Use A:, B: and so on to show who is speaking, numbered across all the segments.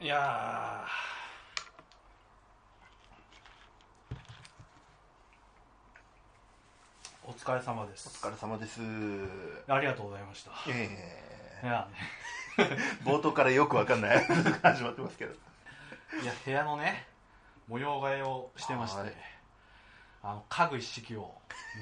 A: いやーお疲れ様です
B: お疲れ様です
A: ありがとうございました
B: え
A: いや,、
B: え冒頭からよくわかんない始まってますけど
A: いや部屋のね模様替えをしてまして
B: はい
A: あの家具一式を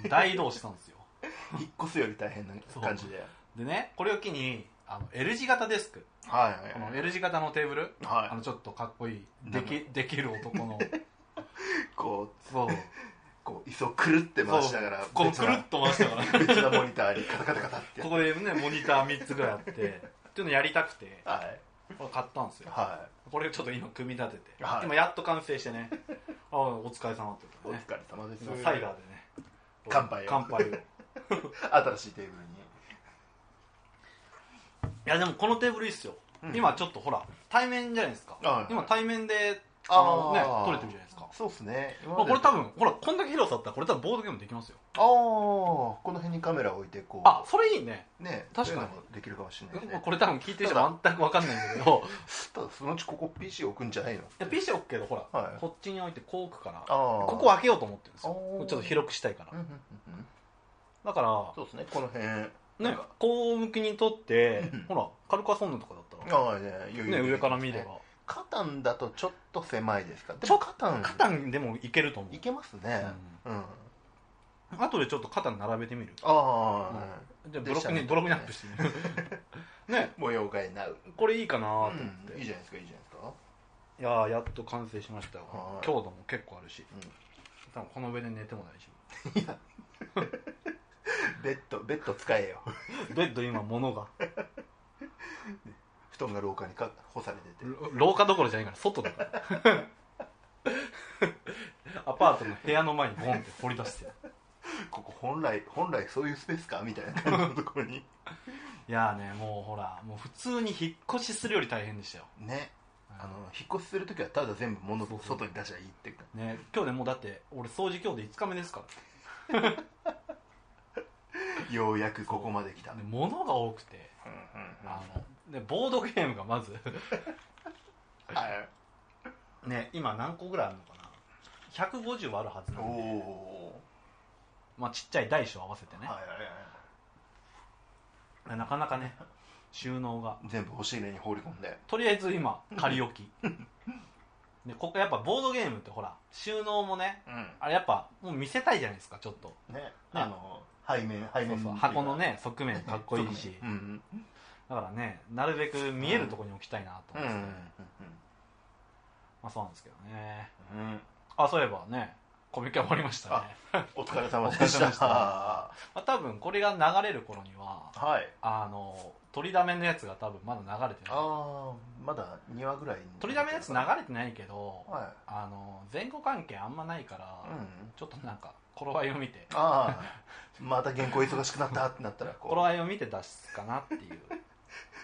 A: 大移動したんですよ
B: 引っ越すより大変な感じで
A: でねこれを機にあの L 字型デスク
B: はい
A: こ
B: は
A: の
B: い
A: L 字型のテーブルあ
B: は
A: のちょっとかっこいい
B: な
A: で
B: んか
A: きできる男 の
B: いこう
A: そう
B: こう椅子をくるって回しながら
A: こう
B: 別
A: くる
B: な
A: っと回したから
B: 別なモニターにカタカタカタってや
A: ここ
B: っ
A: でねモニター3つぐらいあってっていうのやりたくて
B: てはい
A: これ買ったんですよ
B: は
A: これちょっと今組み立てて、
B: はい
A: 今やっと完成してね ああお疲れ様って
B: い
A: こ
B: お
A: と
B: 疲
A: ね
B: れ様です
A: 今サイダーでね
B: 乾杯を
A: 乾 杯をい
B: 新しいテーブルに
A: やでもこのテーブルいいっすよ、
B: うん
A: 今ちょっとほら対面じゃないですか、
B: はい
A: 今対面であ
B: あ
A: のね
B: ー
A: 取れてるじゃないですか、
B: そうですね今
A: まあ、
B: まで
A: これ多分ほらこんだけ広さあったらこれ多分ボードゲームできますよ
B: ああこの辺にカメラ置いてこう
A: あそれいいね
B: ね
A: 確かに
B: そういうのもできるかもしれないです
A: まあ
B: ね
A: これ多分聞いてる人全く分かんないんだけ ど
B: ただそのうちここ PC 置くんじゃないの
A: いや PC 置くけどほら、
B: はい
A: こっちに置いてこう置くから
B: あー
A: ここ開けようと思ってるんですよ
B: おー
A: ちょっと広くしたいから
B: うんうんうんうん
A: だか
B: そうですねこの辺ね
A: らねこう向きにとって
B: うん
A: ほらカルカソンヌとかだったら
B: ああね余裕
A: ね、上から見れば、
B: カタンだとちょっと狭いですか
A: ちょっと
B: カタン
A: カタンでもいけると思
B: いけますねうん、
A: う後でちょっとカタン並べてみる
B: ああ、
A: じゃあブロック
B: でしたね
A: にブログにアップしてみ るね
B: 模様替えなう、
A: これいいかなと思っ
B: うん
A: て、
B: いいじゃないですかいいじゃないですか
A: いやーやっと完成しましたよ
B: はい
A: 強度も結構あるし、
B: うん
A: 多分この上で寝ても大丈
B: ベッドベッド使えよ
A: 夫ベッド今物が
B: 布団が廊下にか干されてて
A: ろ廊下どころじゃないから外だから アパートの部屋の前にボンって掘り出して
B: ここ本来本来そういうスペースかみたいな感じのところ に
A: いやーねもうほらもう普通に引っ越しするより大変でしたよ
B: ねあの引っ越しするときはただ全部物を外に出しゃいいってか
A: ね今日でもうだって俺掃除今日で5日目ですから
B: ようやくここまで来た、
A: で物が多くて、
B: うんうんうん
A: あのでボードゲームがまず
B: はい
A: ね今何個ぐらいあるのかな150はあるはず
B: お
A: なんで、
B: お
A: まあ、ちっちゃい大小合わせて
B: ー、
A: ね、
B: はいはいはい
A: なかなかね収納が
B: 全部押し入れに放り込んで
A: とりあえず今仮置 きでここやっぱボードゲームってほら収納もね
B: う
A: あれやっぱもう見せたいじゃないですかちょっと
B: んねあの背面
A: そ
B: 背
A: う
B: 面
A: そう箱のね側 面かっこいいし
B: うん
A: だからねなるべく見えるところに置きたいなと
B: うん
A: 思っ
B: うん
A: てて、まあそうなんですけどね
B: うんうん
A: あそういえばねコミケ終わりましたね
B: お疲れ様でし
A: お疲れ様
B: た
A: でしたまあ、多分これが流れる頃には
B: はい
A: あの取りだめのやつが多分まだ流れてない
B: ああまだ2話ぐらい
A: 取りだめのやつ流
B: は
A: れてないけどあの前後関係あんまないから、
B: いうん
A: ちょっとなんか頃合いを見て
B: ああまた原稿忙しくなったってなったら
A: 頃
B: こ
A: 合いを見て出すかなっていう
B: う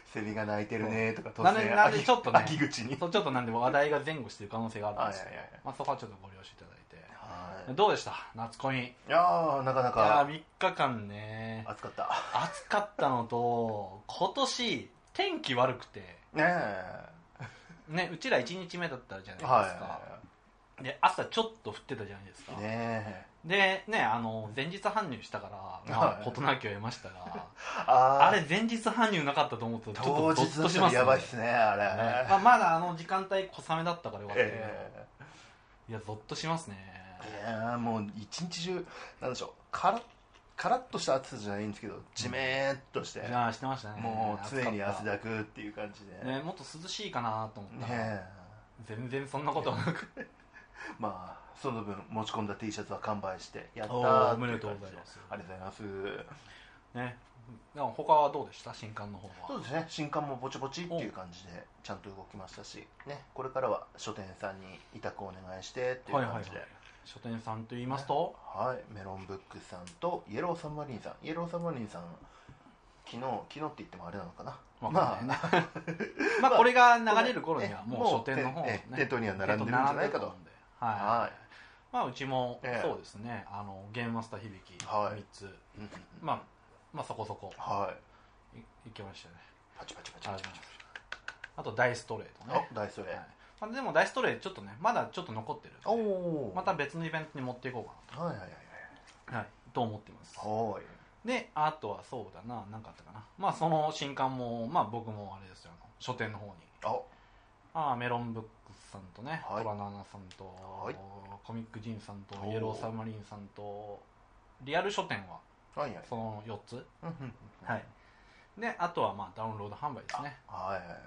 B: セミが鳴いてるねとか
A: な
B: 突
A: んで
B: 然
A: なんで
B: 秋
A: ちょっとね
B: 秋口に
A: そうちょっとなんで話題が前後してる可能性があるんですけ
B: はい
A: ど
B: はいはい
A: まあ、そこはちょっとご了承いただい
B: は
A: てどうでした夏コミい
B: いいやーなかな
A: や
B: か
A: 3日間ね
B: 暑かった
A: 暑かったのと今年天気悪くて
B: ねえ
A: ねうちら1日目だったじゃないですか、
B: は
A: で朝ちょっと降ってたじゃないですか、
B: いねえ
A: でねあの前日搬入したから、ま
B: は
A: あ、
B: い
A: 事なきを得ましたが
B: あ
A: あ
B: ー
A: れ前日搬入なかったと思うとちょっと
B: 当
A: ゾ
B: 日
A: ッ
B: だ
A: と
B: っ
A: したま
B: ら
A: すね
B: やばいっすねあ
A: ね
B: れ
A: まあ、まだあの時間帯小雨だったからよかったけど、
B: ええ
A: いやゾッとしますね
B: いやーもう一日中なんでしょうからからっとした暑さじゃないんですけどじめーっとして、
A: じゃあしてましたね
B: もう常に汗
A: 暑か
B: だくっていう感じ
A: った
B: で
A: ねもっと涼しいかなと思ったら、
B: ね
A: 全然そんなこと はなく
B: えまあその分持ち込んだ T シャツは完売してやった
A: お
B: ー
A: ーおめでとうございます
B: ありがとうございます
A: ねでも他はどうでした新刊の方
B: そ
A: は
B: うですね新刊もぼちぼちっていう感じでちゃんと動きましたしねこれからは書店さんに委託をお願いしてっていう
A: はいはいは
B: 感
A: い
B: じで、
A: 書店さんと言いますと、
B: はい、メロンブックさんとイエローサンマリンさんイエローサンマリンさん昨日昨日って言ってもあれなのかな
A: わ
B: ま
A: かんない
B: あ
A: ね まあこれが流れる頃には
B: ね
A: もう書店の方
B: もう
A: ね
B: 店店頭には並んでるんじゃな
A: 並ん
B: いかと
A: でる思うんではい、
B: はい
A: まあうちも
B: ええ
A: そうですねあのゲームマスター響き
B: はい
A: 3つ、
B: うんうん
A: まあまあそこそこ
B: はい
A: いいけましたね
B: パチパチパチ
A: あり
B: パ
A: が
B: チ
A: とうございますあ
B: パチ
A: とダイストレイとね、
B: おダイソレ、
A: はいまあ、でもダイストレイちょっとねまだちょっと残ってるんで
B: おお
A: また別のイベントに持っていこうか
B: はいはいはい
A: なと,、はい、と思ってます
B: はいはーい
A: であとはそうだな何かあったかなまあその新刊もまあ僕もあれですよあの書店の方に
B: あ
A: ああメロンブックスさんとね、
B: はい
A: トラナーナさんと、
B: はい
A: コミックジンさんと
B: おー
A: イエローサブマリンさんとリアル書店は
B: はいはい
A: その4つ、
B: うんうんうん
A: はいであとはまあダウンロード販売ですね
B: はいはいはい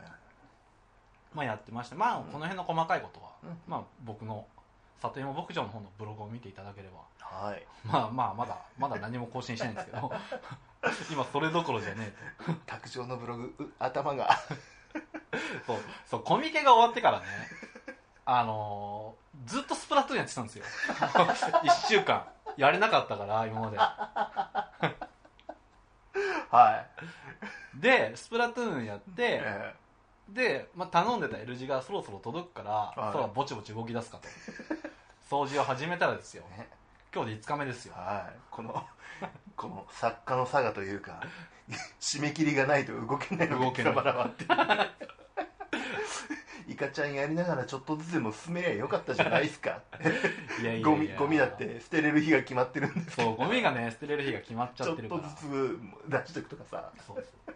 A: まあやってましてまあ
B: うん
A: この辺の細かいことは、
B: うん
A: まあ僕の里芋牧場の方のブログを見ていただければ
B: はい
A: まあまあまだまだ何も更新してないんですけど 今それどころじゃね
B: 卓上のブログう頭が
A: えとそうそうコミケが終わってからねあのーずっとスプラトゥーンやってたんですよ1週間やれなかったから今まで
B: は
A: でスプラトゥーンやっ
B: い
A: て
B: え
A: で、まあ、頼んでた L 字がそろそろ届くから、
B: はい
A: そらぼちぼち動き出すかと掃除を始めたらですよ
B: えね
A: 今日で5日目ですよ
B: はいこのこの作家の差がというか締め切りがないと動けない
A: 動けない
B: バラバラっていうイカちゃんやりながらちょっとずつでも進めりゃよかったじゃないですか
A: いやいやいや
B: ゴミゴミだって捨てれる日が決まってるんですけ
A: そうゴ
B: ど
A: ミがね捨てれる日が決まっち
B: ち
A: ゃ
B: ょ
A: っ
B: って
A: る
B: と
A: から
B: ずつ出していくとかさ
A: そうそう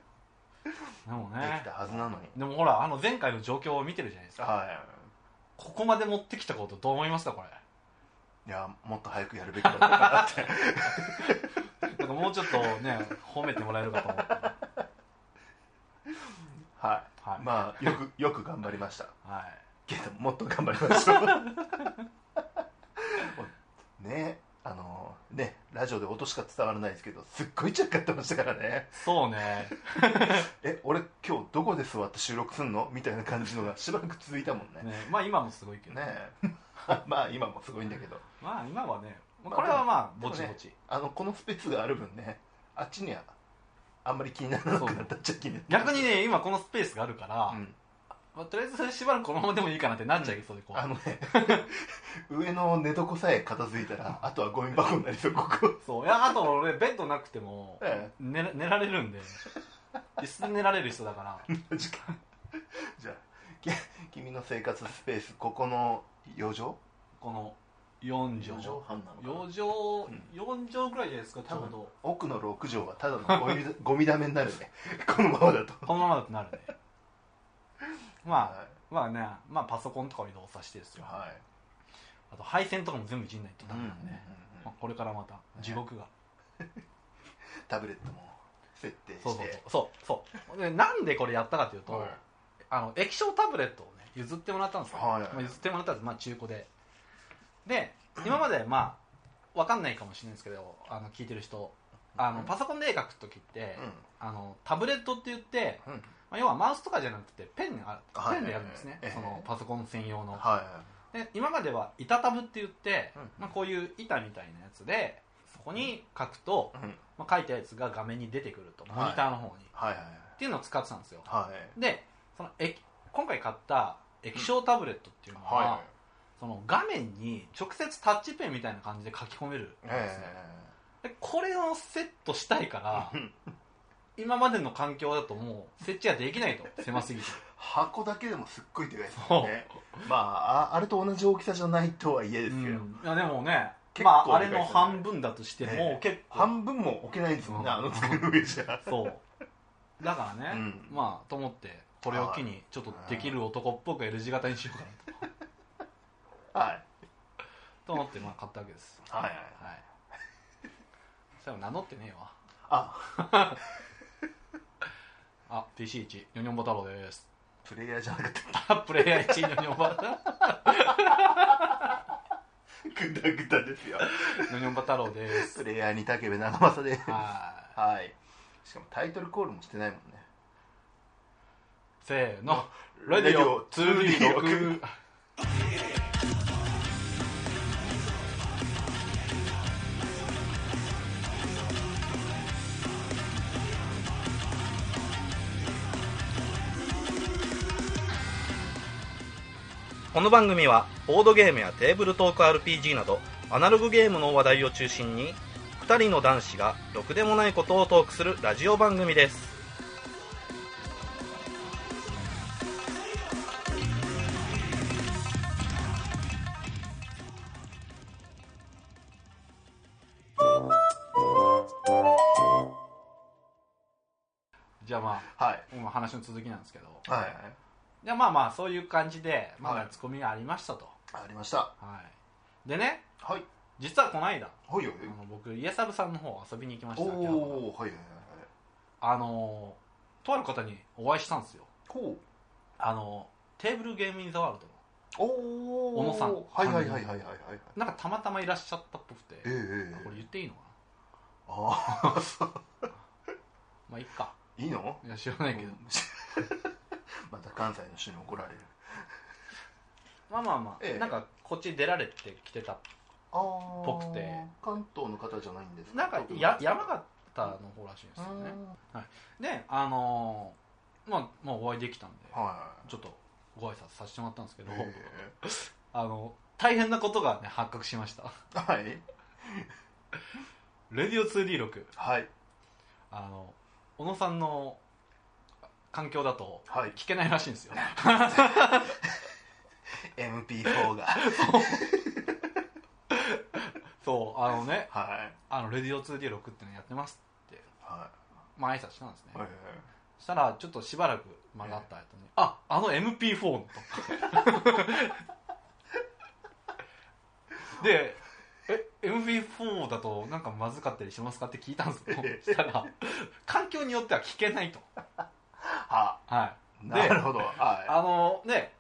A: でも
B: で
A: ね
B: きたはずなのに
A: でもほらあの前回の状況を見てるじゃないですか
B: は
A: ここまで持ってきたことどう思いますかこれ
B: いいやもっと早くやるべきだったかなって
A: なんかもうちょっとね褒めてもらえるかと思って、
B: は
A: はい
B: いまあよくよく頑張りました
A: はい、
B: けどもっと頑張りましょうねあのねラジオで音しか伝わらないですけどすっごいチャックやってましたからね
A: そうね
B: え俺今日どこで座って収録すんのみたいな感じのがしばらく続いたもんね
A: ねまあ今もすごい けど、
B: ねまあ今もすごいんだけど
A: まあ今はね
B: まあ
A: これはまあ
B: で
A: ぼ
B: も
A: ち
B: ね
A: ぼち、
B: あのこのスペースがある分ねあっちにはあんまり気にならなくなったっちゃ気になる
A: 逆にね今このスペースがあるから、
B: うん
A: まあ、とりあえずしばらくこのままでもいいかなってなっちゃいそうでこう、
B: あのね上の寝床さえ片付いたらあとはゴミ箱になりそうここ
A: そういやあと俺ベッドなくても
B: え
A: 寝れ寝られるんで椅子で寝られる人だから
B: 時間じゃあき君の生活スペースここの4畳
A: この4畳
B: 半な
A: 4畳4
B: ん
A: 畳ぐらいじゃないですか多分
B: そう奥の6畳はただの ゴミゴミだめになるね このままだと
A: このままだとなる ねま
B: は
A: あまあねまあパソコンとかを移動させてです
B: い
A: よ
B: はい
A: あと配線とかも全部いじんないとダメなんで、
B: う
A: まあこれからまた地獄が、
B: んタブレットも設定して
A: そうそうそうそうそうでなんでこれやったかというと、
B: はい
A: あの液晶タブレットをね譲ってもらったんですよ、
B: はいはい
A: まあ、譲ってもらったんです、まあ、中古でで今までまあわかんないかもしれないですけどあの聞いてる人あのパソコンで絵描く時って、あのタブレットって言って、
B: うんうん
A: まあ、要はマウスとかじゃなくてペンがあ
B: はい
A: ペンでやるんですね、
B: ええ
A: そのパソコン専用の、
B: は
A: で今までは板タブって言って、
B: うん
A: まあ、こういう板みたいなやつでそこに書くと、
B: いうん
A: まあ、書いたやつが画面に出てくると
B: はい
A: モニターの方に、っ
B: はいはい
A: ていうのを使ってたんですよ
B: はい
A: でその液今回買った液晶タブレットっていうのは、
B: は
A: その画面に直接タッチペンみたいな感じで書き込めるん
B: い
A: ですね、
B: え
A: でこれをセットしたいから
B: え
A: 今までの環境だともう設置ができ ないと狭すぎて
B: 箱だけでもすっごいでかいですよねまあああれと同じ大きさじゃないとはいえで
A: う
B: すけど
A: ん、いやでもね
B: 結構
A: まあ、あ
B: で
A: れ
B: かいですね
A: の半分だとしても、
B: ええ
A: 結構
B: 半分も置けないですもんねあの机の上じゃ
A: そうだからね、
B: うん
A: まあと思ってこれを機にちょっとできる男っぽく L 字型にしようかなと
B: はい
A: と思ってまあ買ったわけです
B: はいはい
A: はいそれも名乗ってねえわ
B: あ
A: あ PC1 ニョニョンボ太郎です
B: プレイヤーじゃなくて
A: あプレイヤー1ニョニョンボ太郎
B: グダグダですよ
A: ニョニョンボ太郎です
B: プレイヤーに竹部長政で
A: は
B: はいしかもタイトルコールもしてないもんね
A: いせーのレディオ 2D6
C: この番組はボードゲームやテーブルトーク RPG などアナログゲームの話題を中心に2人の男子がろくでもないことをトークするラジオ番組です
A: はま
B: はい
A: あ、もう話の続きなんですけど、
B: はい
A: でまあまあそういう感じで、ま
B: は
A: あ、
B: い
A: ツッコミがありましたと、
B: ありました
A: はい、でね
B: はい
A: 実はこの間
B: はいはい
A: あの僕イエサブさんの方遊びに行きまし
B: お
A: た秋葉原
B: おーはいはいはいはい
A: あのーとある方にお会いしたんですよ
B: こ
A: あのーテーブルゲームインザワールドの
B: うおお
A: 小野さん
B: はいはいはいはいはいはい
A: なんかたまたまいらっしゃったっぽくて
B: ええええ
A: これ言っていいのかな
B: あ
A: まあいっか
B: あいいの
A: いや知らないけど、
B: また関西の人に怒られる
A: まあまあまあ、
B: ええ
A: なんかこっち出られてきてた
B: ああ
A: ぽくて
B: 関東の方じゃないんです
A: なんかや山形の方らしいんです
B: う
A: よ
B: ん
A: ねであのーまあまあお会いできたんで
B: は
A: ちょっとご挨拶させてもらったんですけ
B: い
A: ど、
B: え
A: あの大変なことがね発覚しました
B: えはい
A: レディオ 2D6
B: はい
A: あの小野さんの環境だと
B: はい
A: 聞けないらしいんですよ
B: MP4 が
A: そうあのね
B: はい
A: あのレディオ 2D6 ってのやってますって
B: は
A: まあ挨拶したんですね、
B: いはい
A: そしたらちょっとしばらく曲がった後に、ああの MP4 と でえ MP4 だとなんかまずかったりしますかって聞いたんですよそしたら環境によっては聞けないと
B: は
A: はい
B: い
A: で
B: なるほどは
A: あのね、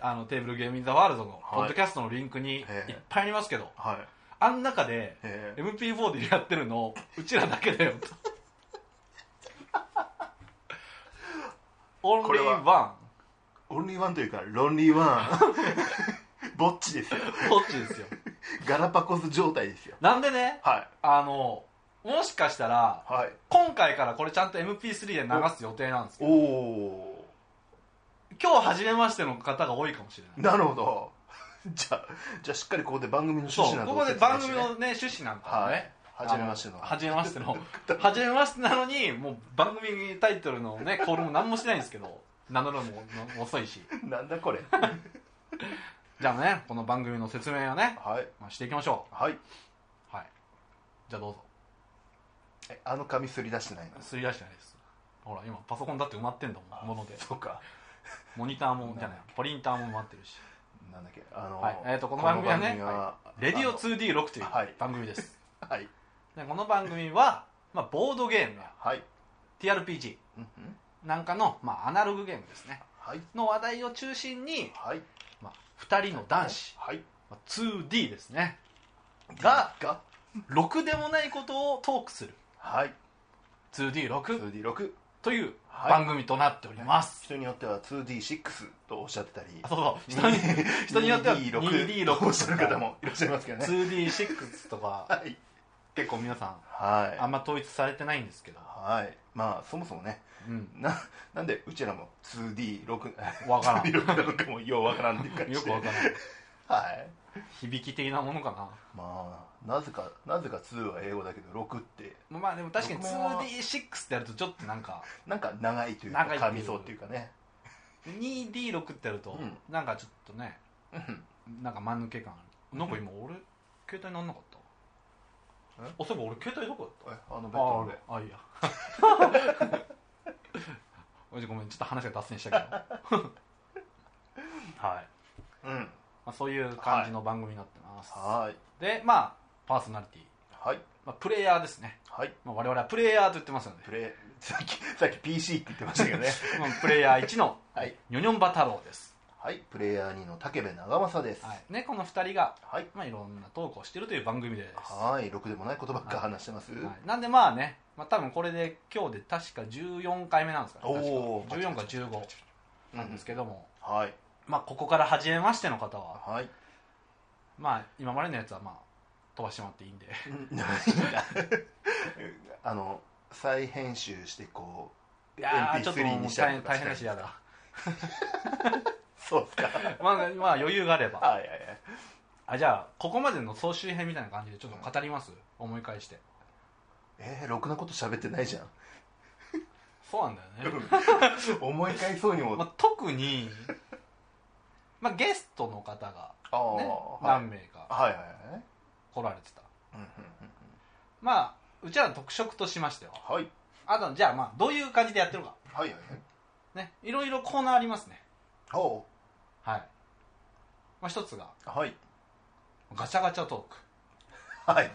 A: あのテーブルゲームインザワールドの
B: はい
A: ポッドキャストのリンクにいっ
B: ええ
A: ぱいありますけど、
B: いはい
A: あん中で
B: ええ
A: MP4 でやってるの、うちらだけだよと。オン
B: こ
A: リ
B: れ
A: ー
B: は
A: ワ
B: オンリーワンというかロンリーワンぼっちですよ
A: ン。どっちですよ。
B: ガラパコス状態ですよ
A: なんでね、
B: はい
A: あの、もしかしたら、
B: はい
A: 今回からこれちゃんと MP3 で流す予定なんですけ
B: お
A: ど、
B: お
A: 今日初めましての方が多いかもしれない。
B: なるほどじゃあじゃあしっかりここで番組の趣
A: そ
B: 旨
A: う、
B: な
A: こ
B: ど
A: こで
B: 説明
A: 番
B: して
A: 組
B: ね
A: のね、趣旨なんかを
B: は
A: ね
B: い、初めましての
A: はじめましての。はじめましてなのに、もう番組タイトルの ね、コールも何もしないんですけど、名乗るのもの遅いし。
B: なんだこれ
A: じゃあね、この番組の説明をね、
B: はい
A: まあ、していきましょ
B: はい。
A: う。はい。じゃあどうぞ。
B: えあの紙すり出してないの。
A: すり出してないです。ほら、今パソコンだって埋まってんだもん、もので。
B: そうか。
A: モニターも、じゃ ない、プリンターも埋まってるし。
B: なんだっけ。あの。
A: はいえーとこの番組はね
B: このは
A: レディ
B: あ
A: オ
B: の
A: 2D6 とい
B: はいう
A: 番組です。
B: はい
A: でこの番組は、まあ、ボードゲームや
B: はい。
A: TRPG
B: うんうん
A: なんかの、まあ、アナログゲームですね。
B: はい
A: の話題を中心に、
B: はい。
A: まあ、2人の男子。
B: はい。
A: まあ 2D ですね
B: が
A: が
B: が
A: ろくでもないことをトークする
B: はい。
A: 2D6
B: 2D 6
A: という
B: はい
A: 番組となっております、
B: 人によっては 2D6 とおっしゃってたり。
A: あそう そう人に人によっては
B: 2D6 とおっしゃる方もいらっしゃいますけどね。
A: 2D6 とか
B: はい
A: 結構皆さんあ
B: は
A: ん
B: い。
A: ま統一されてないんですけど、
B: はい。まあそもそもね
A: うん、
B: ななんでうちらも 2D6
A: わからん
B: 2D6 なのかもようわからんっていう感じで
A: よくわからない
B: はい
A: 響き的なものか
B: まあなぜかなぜか2は英語だけど6って
A: なまあでも確かに
B: 僕も
A: 2D6 ってやるとちょっとなんか
B: なんか長いというか
A: 長いっていう
B: 噛みそうっていうかね
A: 2D6 ってやると
B: うん
A: なんかちょっとね
B: うん
A: なんか間抜け感あるなんか今俺携帯なんなかった
B: え
A: あそういえば俺携帯どこだった
B: えあのベッド
A: ああ
B: の上
A: いいや おじごめんちょっと話が脱線 したけどはい、
B: うん
A: まあ、そういう感じの番組になってます、
B: はい
A: でまあパーソナリティ、
B: はい
A: まあ、プレイヤーですね、
B: はい
A: まあ、我々はプレイヤーと言ってます ので
B: プレイさっきさっき PC って言ってましたけ どね
A: まあプレイヤー1の
B: はい
A: ニョニョンバ太郎です、
B: はいプレイヤー2の武部長政です
A: はいね、この2人が、
B: はい
A: まあ、いろんなトークをしているという番組です、は
B: はいろくでもないことばっか話してます
A: い、なんでまあね、まあ、多分これで今日で確か14回目なんですかね確か
B: おー
A: 14か15なんですけども、
B: はい
A: まあ、ここから初めましての方は、
B: はい
A: まあ、今までのやつは、まあ、飛ばしてもらっていいんで、
B: あの再編集してこう
A: いやー、ちょっと
B: MP3
A: も
B: に
A: う
B: した
A: 大
B: り
A: 変
B: とか
A: 大
B: して
A: 変だし、やだ、
B: そうっすか
A: まあ、まあ、余裕があれば、
B: はいはいはい
A: あじゃあ、ここまでの総集編みたいな感じで、ちょっと語ります、思い返して、
B: えーろくなこと喋ってないじゃん
A: そうなんだよね、
B: 思い返そうにも
A: まあ、特に、まあ、ゲストの方が、
B: あ
A: ね、
B: あ、はい
A: 何名か
B: はいはいはい
A: 来られてた、
B: うんうん
A: まあ、うちらの特色としましては、
B: うんはい
A: あとじゃあまあどういう感じでやってるか
B: はいはいはい
A: ねいろいろコーナーありますね
B: おう
A: はい、まあ、一つが
B: はい
A: ガチャガチャトーク
B: はい、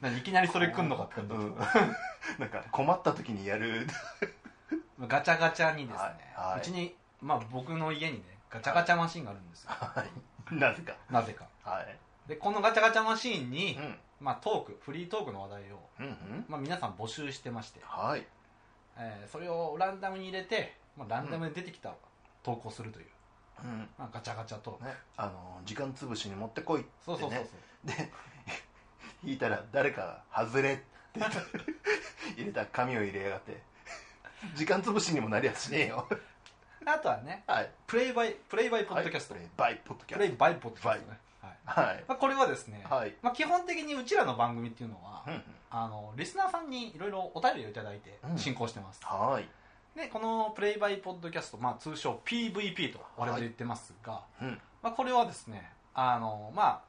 A: 何いきなりそれ来んのかって感じ、
B: うん、 なんか困った時にやる
A: ガチャガチャにですね、
B: はいはいう
A: ちにまあ僕の家にねガチャガチャマシンがあるんですよ、
B: はいなぜか
A: なぜか
B: はい
A: でこのガチャガチャマシンに、
B: うん
A: まあ、トークフリートークの話題を、
B: うんうん
A: まあ、皆さん募集してまして、
B: はい
A: えーそれをランダムに入れて、まあ、ランダムで出てきた投稿するという、
B: うん
A: まあ、ガチャガチャトーク、
B: ねあの時間潰しに持ってこいってね
A: そうそうそうそう、
B: で引いたら誰かが「外れ」って 言った入れた紙を入れやがって時間潰しにもなりやしねえよ
A: あとはね
B: はい
A: プレイバイプレイバイポッドキャスト、
B: はいバイポッドキ
A: プレ
B: ャス
A: イバイポッドキャストね、はい
B: トはい
A: まあ、これはですね、
B: はい
A: まあ、基本的にうちらの番組っていうのは、
B: うんうん
A: あのリスナーさんにいろいろお便りをいただいて
B: うん
A: 進行してます、
B: はい
A: でこのプレイバイポッドキャスト、まあ、通称 PVP と我々言ってますが、
B: うん
A: まあ、これはですねあの、まあ、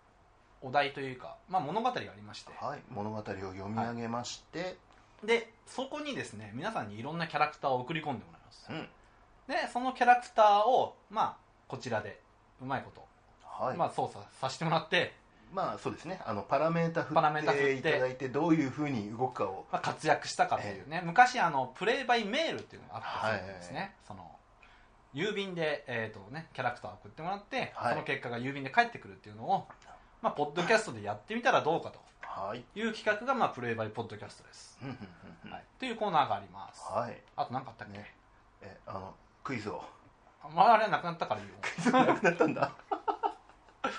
A: お題というか、まあ、物語がありまして
B: はい物語を読み上げまして
A: でそこにですね皆さんにいろんなキャラクターを送り込んでもらいます
B: うん
A: でそのキャラクターを、まあ、こちらでうまいこと、
B: はい
A: まあ、操作させてもらって、
B: まあそうですねあのパラメータ振
A: パラメータ
B: っ
A: 振
B: て
A: っ
B: い
A: て
B: ただいてどういうふうに動くかを
A: まあ、活躍したかというね、昔あのプレイバイメールっていうのがあったそうなんですね、そ
B: は
A: の郵便で、えーとね、キャラクターを送ってもらって、
B: はい
A: その結果が郵便で返ってくるっていうのを、まあ、ポッドキャストでやってみたらどうかと
B: はい
A: いう企画が、まあ、プレイバイポッドキャストです、
B: うんうんうんうん
A: はい、というコーナーがあります、
B: はい
A: あと何かあったっけ、
B: ねえあのクイ ズを
A: あまあ、あれはなくなったからいい よ
B: クイズがなくなったんだ
A: ま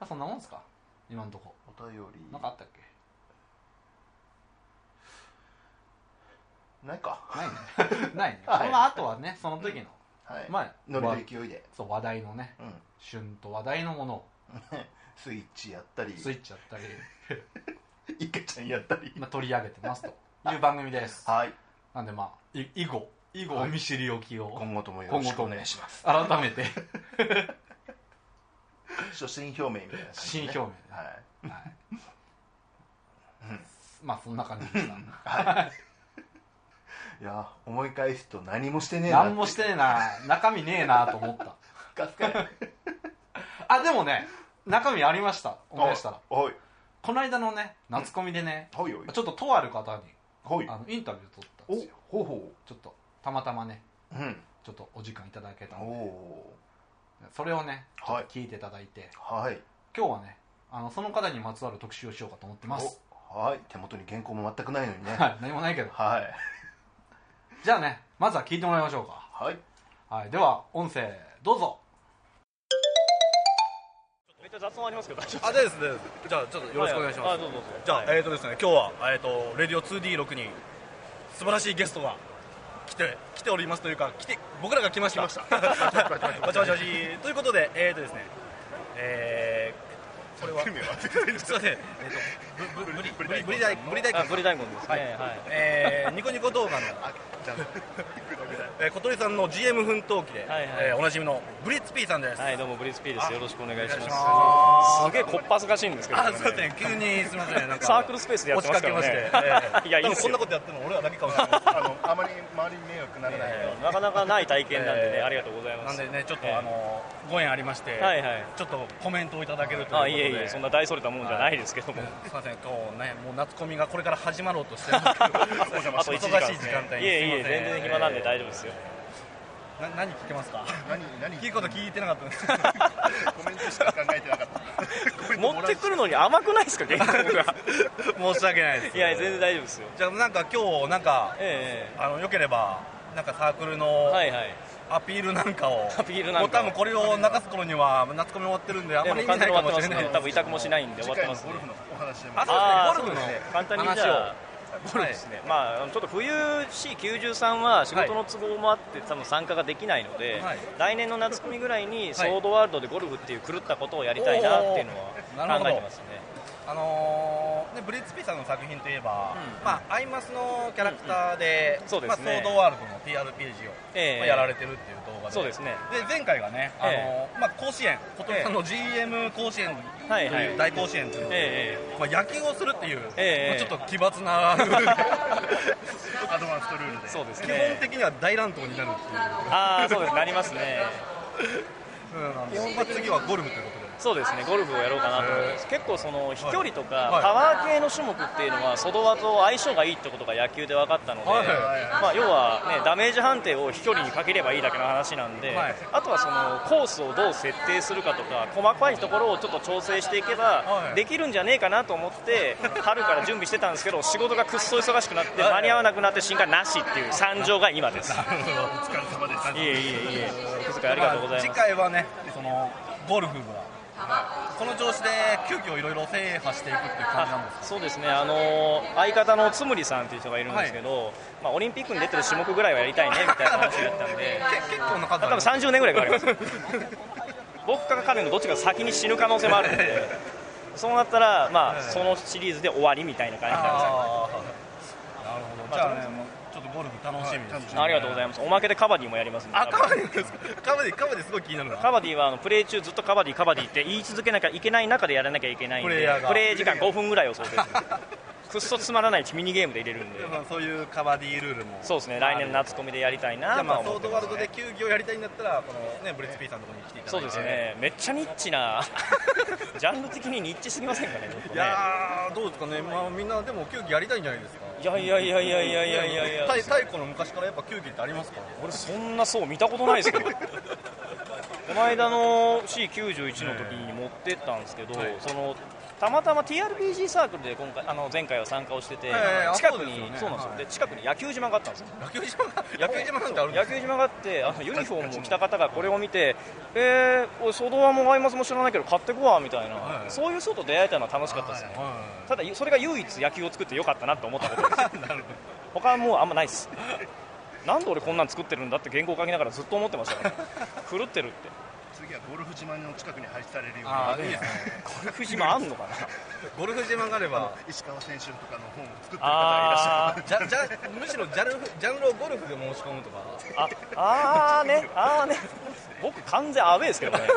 A: あそんなもんですか今のとこ
B: お便り
A: 何かあったっ け
B: ないか
A: ないねないね、
B: はい
A: まあ、あとはねその時の、
B: はい
A: まあ
B: 乗りと勢いで
A: そう話題のね
B: うん
A: 旬と話題のものを
B: スイッチやったり
A: スイッチやったり
B: イカちゃんやったり
A: まあ、取り上げてますと いう番組です。
B: はい
A: なんでまあ、い以後、以後お見知りおきを
B: 今後ともよろしくお願いします
A: 改めて、
B: 初心表明みたいな感じ
A: 新
B: でね
A: 表明で、
B: は
A: はいい
B: うん
A: まあそんな感じで した。
B: はいいや思い返すと何もしてねえな
A: 何もしてねえな、中身ねえなと思った。
B: ガスかい
A: あ、でもね、中身ありました、 思い出したら。
B: はい
A: この間のね、夏コミでね、
B: はいはい
A: ちょっととある方に
B: はい
A: あのインタビューを取ったん
B: お
A: ですよ。
B: ほうほ
A: ちょっと、たまたまね、
B: ううん
A: ちょっとお時間いただけた
B: お
A: ので、
B: お
A: それをね、ちょっ
B: はい
A: と聞いていただいて、
B: ーはい
A: 今日はね、あのその方にまつわる特集をしようかと思ってます。
B: おはい手元に原稿も全くないのにね
A: はい、何もないけど。
B: はい
A: じゃあね、まずは聞いてもらいましょうか。
B: はい
A: はい、では、音声、どうぞ。
D: めっちゃ雑音ありますけど大丈夫
E: あじゃあですねじゃあちょっとよろしくお願いします、
D: あどうぞどうぞ
E: じゃあ、
D: はい
E: えっ、とですね今日はえっ、とレディオ 2D6 に素晴らしいゲストが来て来ておりますというか来て僕らが来ました来ました わちわちわちということでえっ、とですねえー、これはすいませんえっ、とぶぶぶりぶりぶり大ぶり大
D: あ
E: 根
D: ブリ大根ですねはいはい
E: えーニコニコ動画のえー小鳥さんの GM 奮闘記で、
D: はいはい
E: えーおなじみのブリッツ P さんです、
D: はいどうもブリスピーですよろしくお願いし
E: お願いし
D: ますすげえこっぱずかしいんですけど
E: あ、
D: こ
E: すい
D: れ
E: ません、急にすみません、なんか
D: サークルスペースでやってますからね
E: 押しかけまして、ええ
D: いやいいっ
E: 多分
D: す
E: こん
D: よ
E: なことやってるの俺らだけかもしれない。
B: あのあまり周りに迷惑ならないように
D: なかなかない体験なんでね
E: えー
D: ありがとうございま
E: なん
D: す
E: でね、ちょっと、
D: ええ
E: あのご縁ありまして、
D: はいはい
E: ちょっとコメントをいただけるということで、
D: あいえいえそんな大それたもんじゃないですけども
E: ねすみません、こうね、もう夏コミがこれから始まろうとしてますけど、
D: あと1時間
E: 忙
D: で
E: しい
D: す
E: 時
D: ね
E: 間帯に
D: いえい
E: す
D: え
E: ませ
D: 全然暇なんで大丈夫ですよ
E: な何聞けますか？
B: 何何
E: 聞くこと聞いてなかったんです。
B: コメントしか考えてなかった
D: 持ってくるのに甘くないですか原稿が
E: 申し訳ないです。
D: いや全然大丈夫ですよ
E: じゃあなんか今日なんか
D: え
E: あの良ければなんかサークルの、
D: えはいはい
E: アピールなんかを
D: アピールなんかを
E: もう多分これを流す頃には夏コミ終わってるんであん
D: で
E: まり
D: も
E: 意味
D: 完
E: ないかも
D: 全に終わっ
E: してれない
D: ますね多分委託もしないんで終わってますね
B: お話でも
E: あ
D: ああ
E: そうですねゴルフの
D: 簡単に
E: 話
D: じ
E: を
D: ゃあ
E: ゴルフです
D: ねまああの、ちょっと冬 C93 は仕
E: はい
D: 事の都合もあって、多分参加ができないので、
E: はい
D: 来年の夏組ぐらいに、ソードワールドでゴルフっていう狂ったことをやりたいなっていうの
E: おーな
D: は
E: るほ
D: 考
E: ど
D: えてますね。
E: あのーね、ブリッツ・ピーさんの作品といえば、
D: うん
E: まあ、アイマスのキャラクターで、
D: うんそうですね
E: まあ、ソードワールドの TRPG を、
D: ええ
E: まあやられてるっていう動かで
D: そうですね
E: で前回がね、あの
D: え
E: まあ、甲子園、今年の GM 甲子園と
D: はいはい
E: いう大甲子園というので、
D: え
E: まあ、野球をするっていう、
D: ええ
E: まあ、ちょっと奇抜な ルールでアドバンストルールで
D: そうですね
E: 基本的には大乱闘になるっていう
D: ああそうですなりますね
E: うんなんですまあ、次はゴルフということで
D: そうですねゴルフをやろうかなと思います結構その飛距離とか
E: はい
D: パワー系の種目っていうのは外輪と相性がいいってことが野球で分かったので、
E: はいはいはい
D: まあ、要は、ね、ダメージ判定を飛距離にかければいいだけの話なんで、
E: はい
D: あとはそのコースをどう設定するかとか細かいところをちょっと調整していけ
E: は
D: ば
E: い
D: できるんじゃねえかなと思 って春から準備してたんですけど仕事がくっそ忙しくなって
E: はい
D: 間に合わなくなって進化なしっていう惨状が今です。い
E: お疲れ様です
D: えいえいえお気遣いありがとうございます、
E: 次回はねそのゴルフがこの調子で急遽いろいろ制覇していくっていう感じなんです
D: そうですね、あのー相方のつむりさんという人がいるんですけど、まあ、オリンピックに出てる種目ぐらいはやりたいねみたいな話を言ったんで、
E: け結構な数
D: 多
E: あ
D: 分
E: る
D: 30年ぐらいかかります、 僕か彼のどっちかが先に死ぬ可能性もあるんで、そうなったら、まあ、そのシリーズで終わりみたいな感じなんです
E: あーなるほどじゃあねもうちょっとゴルフ楽しみですね
D: よありがとうございます、おまけでカバディもやりますんで、
E: あカバディですかカバディカバディすごい気になるな
D: カバディはあのプレー中、ずっとカバディ、カバディって言い続けなきゃいけない中でやらなきゃいけないん
E: プレイ
D: で
E: ヤー、が
D: プレー時間5分ぐらいを想定して、くっそつまらないミニゲームで入れるんで
E: で。もそういうカバディルールも
D: そうですね来年の夏コミでやりたい
E: じゃあ
D: なと
E: ま
D: は
E: あソー
D: 思って
E: ド
D: ま
E: ワー
D: す
E: ルドで球技をやりたいんだったらこのねブリッツピーさんのところに来ていただいて
D: そうですね、めっちゃニッ チな、ジャンル的にニッチすぎませんかね、ちょっと
E: い
D: ね
E: やーどうですかねまあみんなでも球技やりたいんじゃないですか
D: いやいやいやいやいやいやいやいや、
E: 太太古の昔からやっぱ球技ってありますか
D: 俺、そんな層見たことないですけ ど、この間の C91 の時に持ってったんですけど、
E: はい
D: そのたまたま TRPG サークルで今回あの前回は参加をしてて、
E: えあ
D: 近く
E: そう
D: に
E: です
D: そ
E: よね
D: うなんです
E: は
D: よ
E: い
D: で近くに野球島があったんですよ。
E: 野球島が 野球島なんてあるんで
D: 野
E: すか
D: 球島があってあのユニフォームを着た方がこれを見てえー、おいソドアもアイマスも知らないけど買ってこわみたいな、
E: はい
D: そういう人と出会えたのは楽しかったですね、
E: は
D: ただそれが唯一野球を作ってよかったなと思ったことです
E: い なるほど
D: 他はもうあんまないですなんで俺こんなん作ってるんだって原稿書きながらずっと思ってましたから、 狂ってるって
B: 次はゴルフ自慢の近くに配置されるよ
E: あーいいですね
D: ゴルフ島あんのかな
E: ゴルフ自慢があれば
B: うに石川選手とかの本を作ってる
D: あ
E: じゃじゃむしろジャルフジャンルをゴルフで申し込むとか
D: ーああーねあーね僕完全アウェーですけどね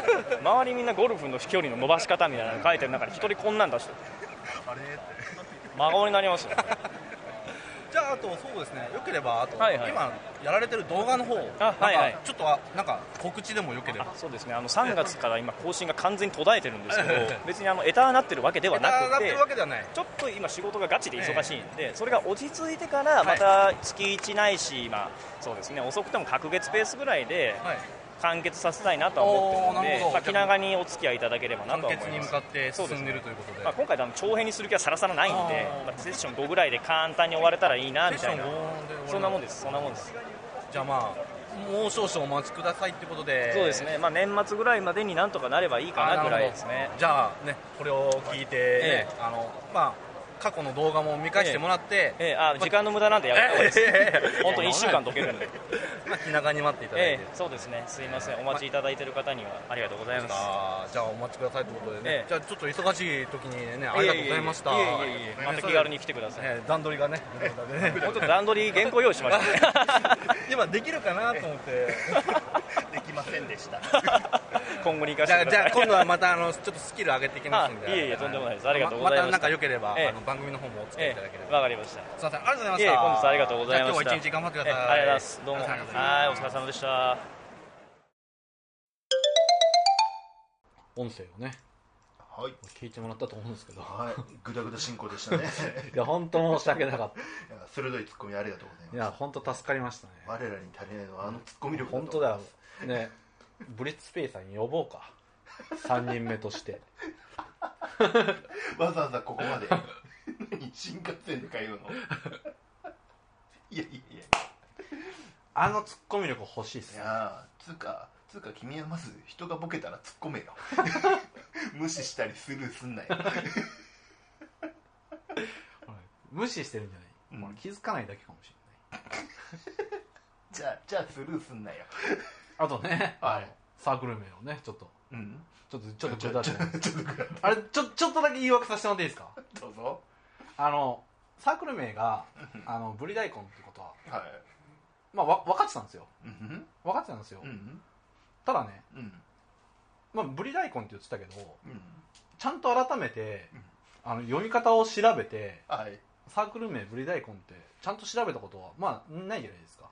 D: 周りみんなゴルフの飛距離の伸ばし方みたいなの書いてる中に一人こんなん出してる
B: あれって
D: 真顔になりますよ
E: じゃああとそうですねよければあと、
D: はいはい
E: 今やられてる動画の方
D: あはいは
E: な
D: い
E: んかちょっとあなんか告知でもよければ
D: あそうですねあの3月から今更新が完全に途絶えてるんですけど別にあのエターなってるわけではな
E: な
D: く
E: って
D: て
E: るわけではない
D: ちょっと今仕事がガチで忙しいんで、それが落ち着いてからまた月1ないし、まあ、そうですね遅くても隔月ペースぐらいで
E: はい
D: 完結させたいなとは思ってる
E: おーなる
D: ん
E: ほ
D: で、
E: ど
D: まあ、気長にお付き合いいただければな
E: 完
D: とは思
E: 結
D: い
E: に
D: ま
E: 向
D: す
E: かって
D: そうで
E: 進
D: す
E: ん
D: ね
E: でるということで
D: まあ、今回あの長編にする気はさらさらないんで
E: あー、
D: まあ、セッション5ぐらいで簡単に終われたらいいなみ
E: セッ
D: た
E: ション
D: いな
E: 5で終わり
D: そんなもんですそんなもんです
E: じゃあまあもう少々お待ちくださいってことで
D: そうですね、まあ、年末ぐらいまでになんとかなればいいかなぐらいですね
E: じゃあねこれを聞いて、ね
D: ええ
E: あのまあ過去の動画も見返してもらって、
D: ええあ時間の無駄なんてやめた方がいいです、
E: ええ
D: 本当に1週間解けるんで、
E: まあ、気長に待っていただいて、
D: ええ、そうですね、すいません、お待ちいただいている方にはありがとうございます。
E: あーじゃあお待ちくださいということでね、
D: ええ
E: じゃあちょっと忙しい時にねありがとうございました
D: いえいえいえいえまた気軽に来てください。
E: ええ段取りがねということ でね
D: 本当段取り原稿用意しま したね。
E: 今できるかなと思って
B: できませんでした
D: 今後に生かし
E: じゃあ
D: てくだ
E: じゃ
D: さ
E: あ
D: い。
E: 今度はまたあのちょっとスキル上げていきますんで
D: あいえいえとんでもないですありがとうございま
E: また
D: した
E: なんか良ければ、
D: ええ
E: あの番組の方もお付き合いい
D: え
E: ただけれ
D: え、
E: ば、
D: わかりました。
E: すいませんありがとうござ
D: い
E: い
D: え、
E: ました
D: 本日はありがとうございました。
E: じゃあ今日は一日頑張ってください、
D: ええありがとうございます。どうも。
E: ありがとうございます
D: はい、お疲れ様でした。
A: 音声をね
B: はい
A: 聞いてもらったと思うんですけど
B: はいぐだぐだ進行でしたね
A: いや本当申し訳なかっ
B: いや鋭いツッコミありがとうござ い
A: たい
B: ます
A: や本当助かりましたね
B: 我らに足りないのはあのツッコミ力
A: 本当だよねブリッツペイさん呼ぼうか3人目として
B: わざわざここ まで何新幹線で通うのいやいやいや
A: あのツッコミ力欲しいっす
B: い
A: ね
B: やーつうかつうか君はまず人がボケたら突っ 込めよ無視したりスルーすんなよ
A: 無視してるんじゃない、
B: うん
A: 気づかないだけかもし
B: じゃあじゃあスルーすんなよ
A: れないあとね、
B: はい
A: あのサークル名をねちょっと
B: うん
A: ちょっとちょっとくれたじゃない
B: ちょっとく
A: あ
B: ら
A: れちょちょっとだけ言い訳させてもらっていいですか
B: どうぞ
A: あのサークル名があのブリ大根ってことは
B: はい
A: まあ、わ分かってたんですよ
B: うん
A: 分かってたんですよ、
B: うん
A: ただね、
B: うん
A: まあ、ブリ大根って言ってたけど
B: うん
A: ちゃんと改めて
B: うん
A: あの読み方を調べて
B: はい
A: サークル名ブリ大根ってちゃんと調べたことはまあないじゃないですか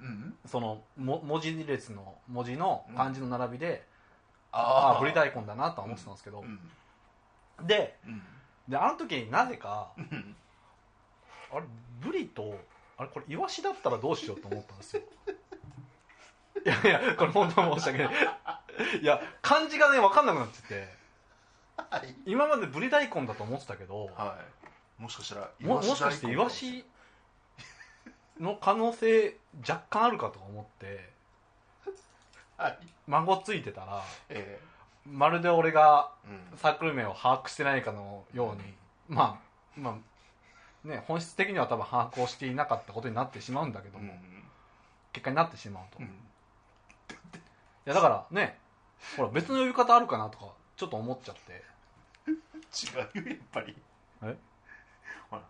B: うん
A: そのも文字列の文字の漢字の並びで、あ
B: あ
A: あブリ
B: イ
A: 大根だなとは思ってたんですけど
B: う、ん
A: で
B: うん
A: であの時になぜか
B: うん
A: あれブリとあれこれイワシだったらどうしようと思ったんですよいやいやこれ本当に申し訳ないいや漢字がね分かんなくなってて
B: はい
A: 今までブリ大根だと思ってたけど
B: はいもしかしたら
A: ももしかしてイワシの可能性若干あるかとか思って
B: はい
A: 孫ついてたら
B: え
A: まるで俺が
B: えうん
A: サークル名を把握してないかのように、まあまあね本質的には多分把握をしていなかったことになってしまうんだけど
B: う
A: も、
B: ん
A: 結果になってしまうと、
B: う
A: い
B: ん
A: やだからねほら別の呼び方あるかなとかちょっと思っちゃって
B: 違うよやっぱり
A: え
B: ほら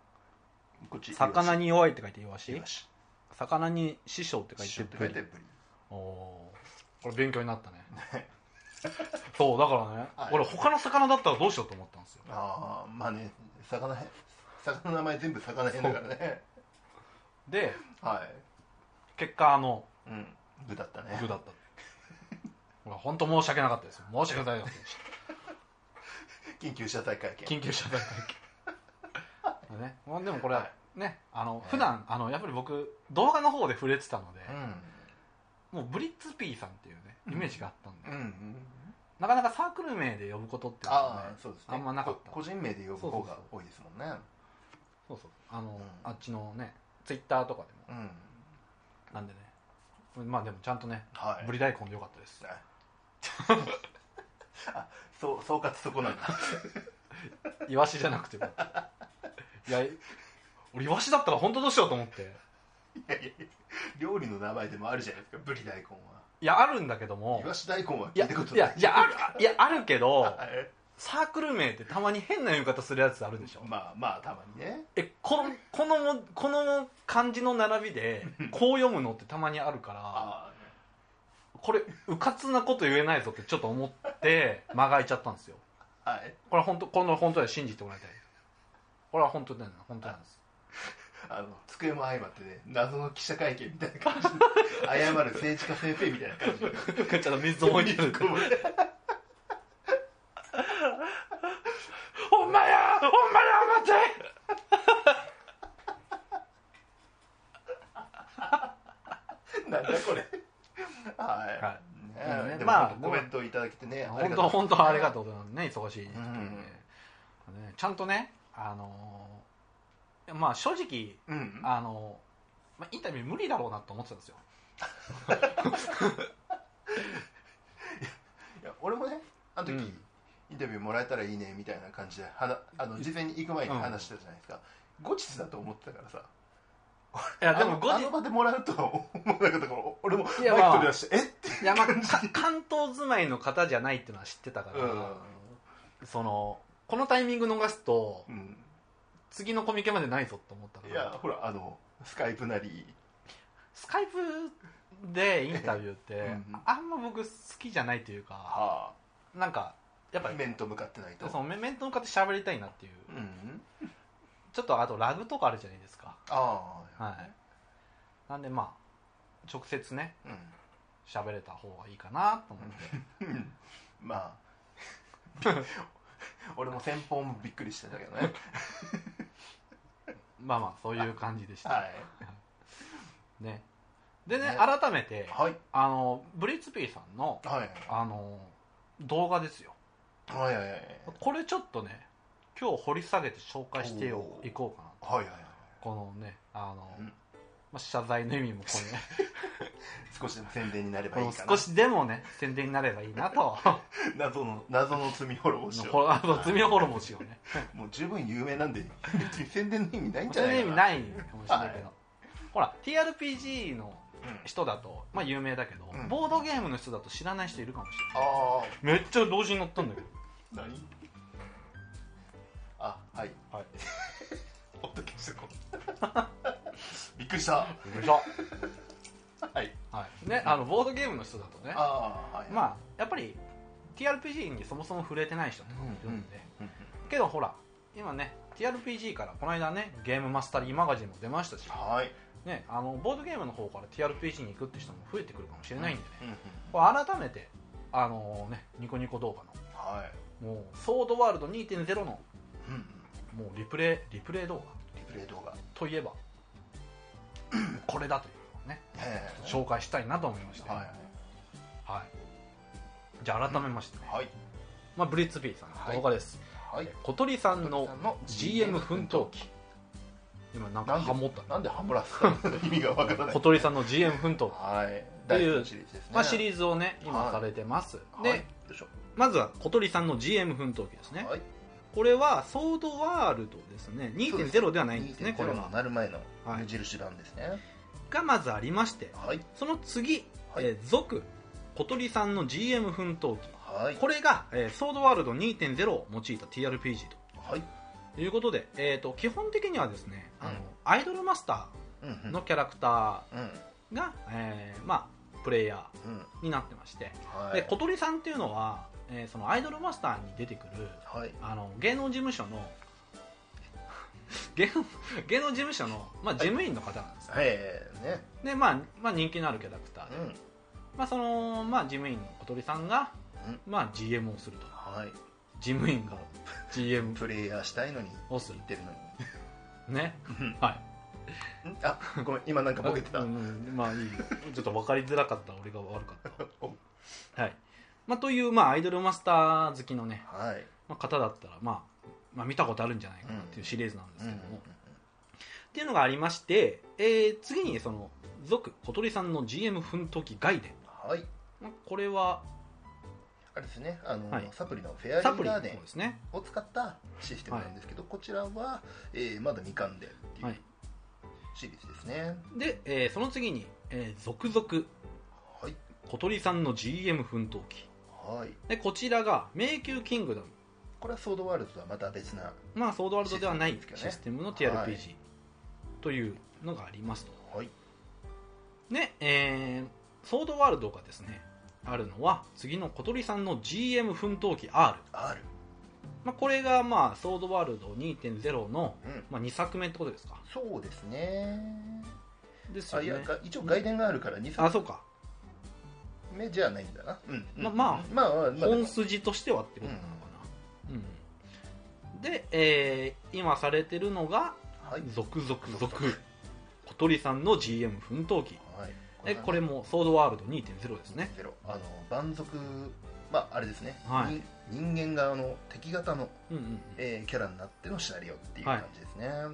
B: こっち
A: 魚
B: に
A: に弱いって書いてイワ
B: イ
A: シ
B: ワシ
A: 魚に師匠って書い
B: シュッ
A: て
B: と
A: ブ
B: 書
A: リ
B: いてブリ
A: おおーこれ勉強になったねそうだからね、
B: はい
A: 俺他の魚だったらどうしようと思ったんですよ
B: ああまあね魚へ魚の名前全部魚へんだからね
A: で
B: は
A: 結果あの
B: いうん具だったね
A: 具だったほら本当申し訳なかったです申し訳ないです
B: 緊急謝罪会見
A: 緊急謝罪会見ね、まあでもこれ、
B: は
A: ねあの
B: い
A: 普段あのやっぱり僕動画の方で触れてたので、
B: う
A: もうブリッツピーさんっていうねイメージがあったんで、
B: んうんうん
A: なかなかサークル名で呼ぶことっていうのは
B: あ
A: ね
B: あそうですね
A: あんまなかった
B: こ個人名で呼ぶ方が多いですもんね
A: そうそうあの、
B: うん
A: あっちのねツイッターとかでも
B: うん
A: なんでねまあでもちゃんとね、
B: はい
A: ブリ大根でよかったです
B: あ あそう総括そこなんだ
A: イワシじゃなくて もいや俺イワシだったら本当どうしようと思って
B: いやいやいや料理の名前でもあるじゃないですかブリ大根はい
A: やあるんだけども
B: イワシ大根はい聞
A: や
B: いたこと
A: い
B: な
A: や
B: い
A: いやあるいやあるけど
B: はい
A: サークル名ってたまに変な呼び方するやつあるでしょ
B: まあまあたまにね
A: えこのこのこの漢字の並びでこう読むのってたまにあるから
B: あ
A: これうかつなこと言えないぞってちょっと思って間が空いちゃったんですよ
B: あはい
A: これは本当この本当は信じてもらいたいこれは本当だよな本当なんです
B: あの机も相まってね謎の記者会見みたいな感じで謝る政治家先生みたいな感じで
A: ちょっと水を置いてるほんまやほんまや待って
B: なんだこれはい、
A: は
B: ね
A: うんね
B: でも
A: まあ
B: 本当コメントいただけてねあり
A: 本
B: が
A: 当
B: とう
A: 本当ありがとうございますね忙しい時期
B: う
A: に
B: ん
A: ねねちゃんとねあのーまあ正直
B: うん
A: あのーまあインタビュー無理だろうなと思ってたんですよ
B: いや俺もねあの時、
A: うん
B: インタビューもらえたらいいねみたいな感じではなあの事前に行く前に話してたじゃないですか、後日だと思ってたからさ
A: いやで
B: あ
A: も
B: の
A: 後
B: あ
A: 日
B: の場でもらうとは思わなかったから俺もマイ
A: い
B: ク取
A: やまあ
B: り出してえって
A: いやまあか 関東住まいの方じゃないっていうのは知ってたから、そのこのタイミング逃すと
B: うん、
A: 次のコミケまでないぞと思ったか
B: い
A: ら
B: やほらあのスカイプなり
A: スカイプでインタビューって
B: うん
A: あんま僕好きじゃないというか
B: は
A: なんかやっぱ
B: あ
A: り
B: 面と向かってないと
A: その面面と向かって喋りたいなっていう
B: うん
A: ちょっとあとラグとかあるじゃないですか
B: ああ
A: はいなんでまあ直接ね
B: う
A: 喋れた方がいいかなと思 って
B: ん まあ俺も先方もびっくりしてたけどね
A: まあまあそういう感じでした、
B: は
A: ねでね
B: ね
A: 改めて
B: いはい
A: あのブリッツピーさんの
B: はい
A: あの動画ですよ
B: はいはいはいはい
A: これちょっとね今日掘り下げて紹介してよ
B: おー
A: いこうかなと
B: はいはい
A: このねあの、
B: うん
A: まあ、謝罪の意味もこ れ、ね、
B: 少しでも宣伝になれば
A: こ
B: いい
A: の
B: かな
A: 少しでもね宣伝になればいいなと
B: 謎の謎の罪滅ぼし
A: の
B: を
A: ほらあの罪滅ぼしをね
B: もう十分有名なんで別に宣伝の意味ないんじゃ
A: 宣
B: ない
A: 伝意味
B: かな
A: ないかもしれないけど、ほら TRPG の
B: うん
A: 人だと、まあ、有名だけど、
B: うん
A: ボードゲームの人だと知らない人いるかもしれない
B: あ
A: めっちゃ同時に乗ったんだけど
B: あ何あはい
A: はい
B: おっと消してこう びっくりした
A: びっくりした
B: はい
A: はいね、あのボードゲームの人だとね
B: ああはい
A: まあやっぱり TRPG にそもそも触れてない人とかもいるんで、
B: うんうん
A: けどほら今ね TRPG からこの間ねゲームマスタリーマガジンも出ましたし、
B: はい
A: ね、あのボードゲームの方から TRPG に行くって人も増えてくるかもしれないんでね、
B: うんうん
A: これ改めてあのねニコニコ動画
B: はい
A: のもうソードワールド2.0のも
B: うんうん
A: うリプレイリプレイ動画
B: リプレイ動画
A: といえば これだというのをね
B: ええ
A: 紹介したいなと思いまして、
B: はい
A: はいじゃあ改めましてね、
B: はい
A: まあ、ブリッツピーさんの動画です、
B: はい
A: 小鳥さんの
B: さんの
A: GM 奮闘記今なんかハモった
B: なんでハモらせたの 意味がわからない
A: 小鳥さんの GM 奮闘記、
B: はい
A: という
B: 第一シリーズですね
A: まあ、シリーズをね今
B: はい
A: されてます、
B: はい
A: で、
B: よいしょ
A: まずは小鳥さんの GM 奮闘記ですね、
B: はい
A: これはソードワールドですね2.0ではないんですねこれ
B: 2.0
A: は
B: になる前の
A: はい
B: 無印版ですね
A: がまずありまして
B: はい
A: その次、
B: はい
A: えー続小鳥さんの GM 奮闘記
B: はい
A: これが、えーソードワールド2.0を用いた TRPG
B: はい
A: ということで、えー、と基本的にはですねあの、
B: うん
A: アイドルマスタ
B: うんう
A: ー
B: ん
A: のキャラクタ
B: うん
A: ーが、えーまあ、プレイヤ
B: うん
A: ーになってまして、
B: はい
A: で小鳥さんっていうのは、えーそのアイドルマスターに出てくる
B: はい
A: あの芸能事務所の芸能芸能事務所の、まあ、事務員の方なんです、
B: ええね
A: で、まあまあ、人気のあるキャラクター
B: う
A: で、
B: ん
A: まあそのまあ、事務員の小鳥さんが、
B: うん
A: まあ、GM をすると
B: はい
A: 事務員が GM
B: プレイヤーしたいのに
A: をす
B: 言
A: る
B: ってるのに
A: ね
B: うん
A: はい
B: んあごめん今なんかボケてた
A: う
B: うん
A: んうんまあいいよちょっと分かりづらかった俺が悪か ったはい、まあ、という、まあ、アイドルマスター好きのね、
B: はい
A: まあ、方だったら、まあ、まあ見たことあるんじゃないかなっていうシリーズなんで
B: う
A: す
B: ん
A: けども、っていうのがありまして、えー次にその続小鳥さんの GM 奮闘記外伝
B: はい
A: まあこれは
B: あれですねあの、
A: はい
B: サプリのフェアリ
A: サプ
B: ー
A: リの
B: ガー
A: 方
B: デン
A: ですね
B: を使ったシステムなんですけど、こちらは、えーまだ未完でってい
A: は
B: う
A: い
B: シリーズですね
A: で、えーその次に、えー続々
B: はい
A: 小鳥さんの GM 奮闘記
B: はい
A: でこちらが迷宮キングダム
B: これはソードワールドとはまた別な
A: まあソードワールドではない
B: シ
A: シ
B: ス
A: ステムの
B: です
A: TRPG、
B: けどねはい
A: というのがありますと
B: はい
A: で、えーソードワールドがですねあるのは次の小鳥さんの GM 奮闘記 R、
B: R
A: まあ、これがまあソードワールド2.0の、
B: うん
A: まあ、2作目ってことですか
B: そうですね
A: ですよ
B: あ
A: ね
B: いやか一応外伝があるから2
A: あ
B: 作
A: そうか
B: 目じゃないんだなうん、うん
A: ままあ
B: まあまあまあ
A: 本筋としてはってことなのかな、うんで、えー今されてるのが
B: はい
A: 続々続小鳥さんの GM 奮闘記
B: はい
A: えこれもソードワールド2.0ですね
B: ゼロあの蛮族まああれですね、
A: はい
B: に人間側の敵型の、
A: うんうんうん
B: えーキャラになってのシナリオっていう感じですねは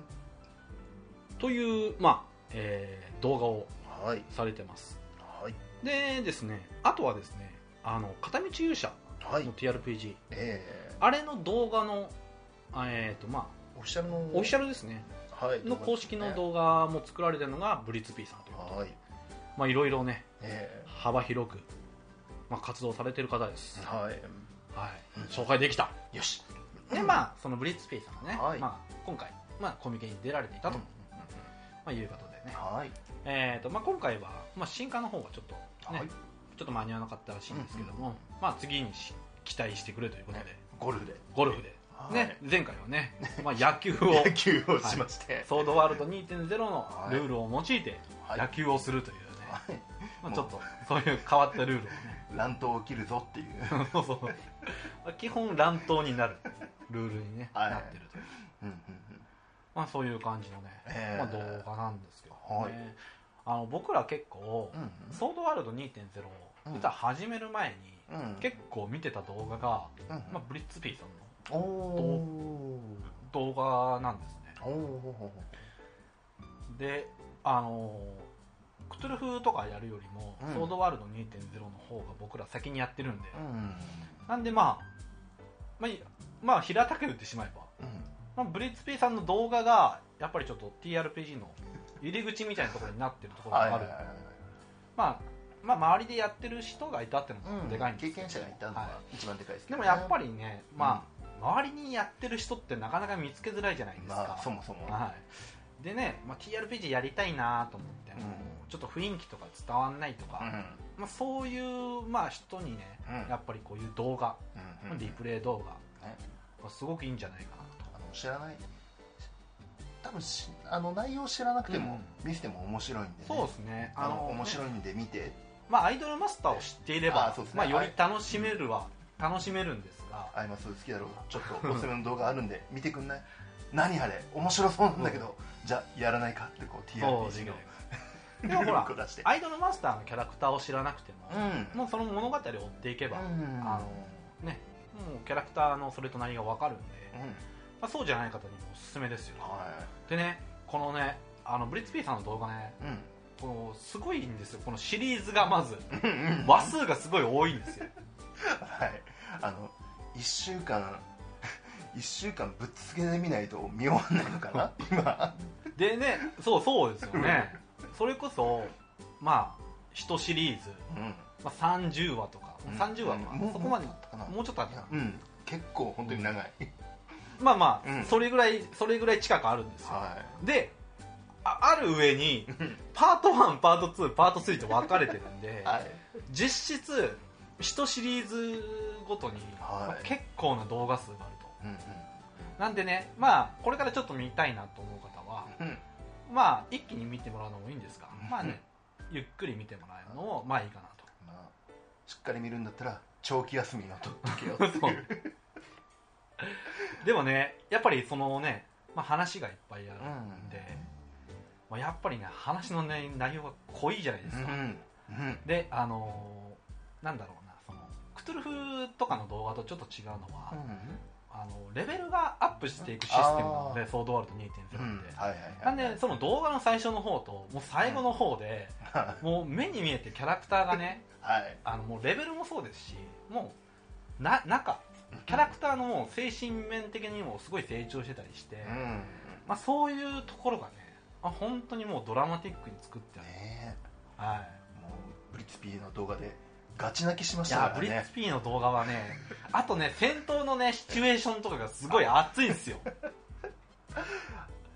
A: という、まあえー動画を
B: いはい
A: されてます
B: はい、
A: でですねあとはですねあの片道勇者の TRPG、
B: え
A: あれの動画のあえーとまあ
B: ー、オフィシャルの
A: オフィシャルですね
B: はい、
A: の公式の動画も作られてるのがブリッツピーさんという
B: 画はい、
A: まあいろいろね
B: え
A: 幅広く、まあ、活動されてる方です、
B: ー、はい
A: はい、紹介できた
B: よし
A: でまあそのブリッツペイさんがね、
B: はい
A: まあ、今回、まあ、コミケに出られていたと、
B: うん
A: まあ、いうことでね、
B: はい
A: えーとまあ、今回は、まあ、進化の方がちょっと、ね
B: はい
A: ちょっと間に合わなかったらしいんですけども、まあ、次にし期待してくれということで、
B: ねゴルフで
A: ゴルフで、
B: はい
A: ね、前回は ね、まあ、野球を
B: 野球をしまして、
A: ソードワールド2.0の
B: はい
A: ルールを用いて
B: はい
A: 野球をするというね、
B: はい
A: まあ、
B: もう
A: ちょっとそういう変わったルールをね
B: 乱闘を切るぞっていう
A: そうそう基本乱闘になるルールに、ね
B: はい
A: なってるという、
B: うんうん
A: まあ、そういう感じのね、
B: え
A: ま
B: ー
A: あ、動画なんですけど、ね
B: はい
A: あの僕ら結構、
B: うん
A: ソードワールド2.0」
B: うん
A: 実は始める前に、
B: うんうん
A: 結構見てた動画が、
B: うんうん
A: まあ、ブリッツピーさんの
B: おお
A: 動画なんですね
B: おお
A: であのクトゥルフとかやるよりも、
B: うん
A: ソードワールド2.0の方が僕ら先にやってるんで、
B: うん
A: なんでまあまあいい、まあ、平たく言ってしまえば
B: うん
A: まあ、ブリッツピーさんの動画がやっぱりちょっと TRPG の入り口みたいなところになってるところがある、まあ、まあ周りでやってる人がいたっての
B: う
A: も
B: ん、
A: でかいんで
B: 経
A: すけど
B: 験者がいたの
A: は
B: が一番でかいです
A: いでもやっぱ
B: り
A: りね、まあ、周りにやってる人ってなかなか見つけづらいじゃないですか、
B: まあそもそも
A: はい、でね、まあ、TRPG やりたいなと思って、たいな、ちょっと雰囲気とか伝わんないとか、まあ、そういう、まあ、人にね、
B: うん
A: やっぱりこういう動画、
B: うんうん
A: リプレイ動画
B: ね
A: がすごくいいんじゃないかなと
B: あの知らない多分しあの内容知らなくても、見せても面白いんで、ね、
A: そうですね
B: あの面
A: い、
B: 白いんで見て
A: まあ、アイドルマスターを知っていれば
B: あそうですね
A: まあ、より楽しめるは楽しめるんですが
B: アイマス好きだろうちょっとおすすめの動画あるんで見てくんない何あれ面白そうなんだけど、じゃあやらないかってこう TRPG の
A: でも ほら
B: リンク出して
A: アイドルマスターのキャラクターを知らなくて
B: う
A: も、
B: ん
A: もうその物語を追っていけば、
B: うん
A: あのねもうキャラクターのそれとなりが分かるんで、
B: うん
A: まあ、そうじゃない方にもおすすめですよ、
B: は
A: でねこのねあのブリッツピーさんの動画ね
B: いうん
A: このすごいんですよこのシリーズがまず話数がすごい多いんですよ
B: はいあの1週間 一週間ぶっつけで見ないと見終わんないのかな今
A: でねそうそうですよねそれこそまあ1シリーズ、
B: うん
A: まあ、30話とか、30話とか、
B: うん
A: そこまで
B: もうもうあったかな
A: もうちょっとあったかな
B: うん結構本当に長い、
A: まあまあ、
B: うん
A: それぐらいそれぐらい近くあるんですよ、
B: は
A: であある上にパート1パート2パート3と分かれてるんで、
B: い はい
A: 実質1シリーズごとに、
B: はい
A: まあ結構な動画数があると
B: うん
A: なんでねまあこれからちょっと見たいなと思う方は、
B: うんうん
A: まあ一気に見てもらうのもいいんですが、
B: うん
A: まあねゆっくり見てもらうのもまあいいかなと
B: まあしっかり見るんだったら長期休みを取っとけ よ
A: でもねやっぱりそのね、まあ、話がいっぱいあ
B: う
A: るん
B: ん
A: で、まあ、やっぱりね話の、ね、内容が濃いじゃないですか、
B: うんうん
A: であのーなんだろうなそのクトゥルフとかの動画とちょっと違うのは、あのレベルがアップしていくシステムなので
B: あ
A: ソードワールド2.0って、
B: うんはいはいはい
A: なんでその動画の最初の方ともう最後の方で、
B: は
A: もう目に見えてキャラクターがね
B: い
A: あのもうレベルもそうですしもうな中キャラクターのもう精神面的にもすごい成長してたりして、
B: うん
A: まあ、そういうところがね、まあ、本当にもうドラマティックに作ってある、
B: ね
A: はい、
B: えもうブリッツピーの動画でガチ泣きしま
A: い
B: したか
A: や
B: ら
A: ブリッ
B: ね
A: ツピーの動画はねあとね戦闘のねシチュエーションとかがすごい熱いんですよ